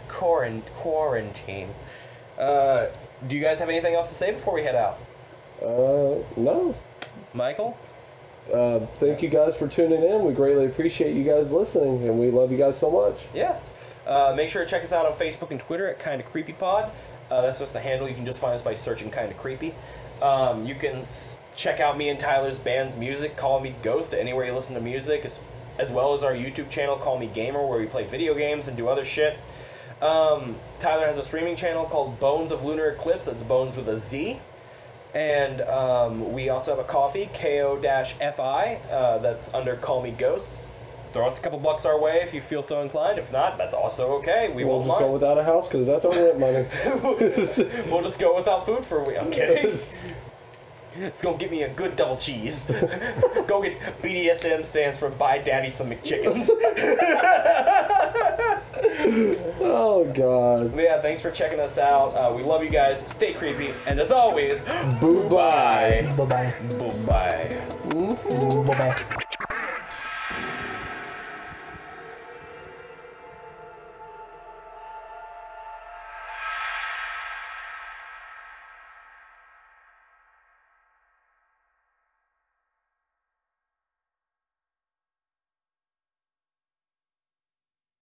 [SPEAKER 1] Quarant- quarantine. Uh, do you guys have anything else to say before we head out?
[SPEAKER 2] Uh, no.
[SPEAKER 1] Michael?
[SPEAKER 2] Uh, thank you guys for tuning in. We greatly appreciate you guys listening, and we love you guys so much.
[SPEAKER 1] Yes. Uh, make sure to check us out on Facebook and Twitter at Kinda Creepy Pod. Uh, that's just a handle. You can just find us by searching Kinda Creepy. Um, you can s- check out me and Tyler's band's music, Call Me Ghost, anywhere you listen to music, as, as well as our YouTube channel, Call Me Gamer, where we play video games and do other shit. Um, Tyler has a streaming channel called Bones of Lunar Eclipse. That's Bones with a Z. And um, we also have a coffee, KO FI, uh, that's under Call Me Ghost. Throw us a couple bucks our way if you feel so inclined. If not, that's also okay. We
[SPEAKER 2] We'll
[SPEAKER 1] won't
[SPEAKER 2] just
[SPEAKER 1] mind.
[SPEAKER 2] go without a house because that's our rent money.
[SPEAKER 1] we'll just go without food for a week. I'm kidding. It's gonna give me a good double cheese. go get BDSM stands for Buy Daddy Some McChickens.
[SPEAKER 2] oh, God.
[SPEAKER 1] yeah, thanks for checking us out. Uh, we love you guys. Stay creepy. And as always,
[SPEAKER 2] Boo bye.
[SPEAKER 1] bye.
[SPEAKER 3] Bye bye.
[SPEAKER 1] Bye bye.
[SPEAKER 3] Bye bye.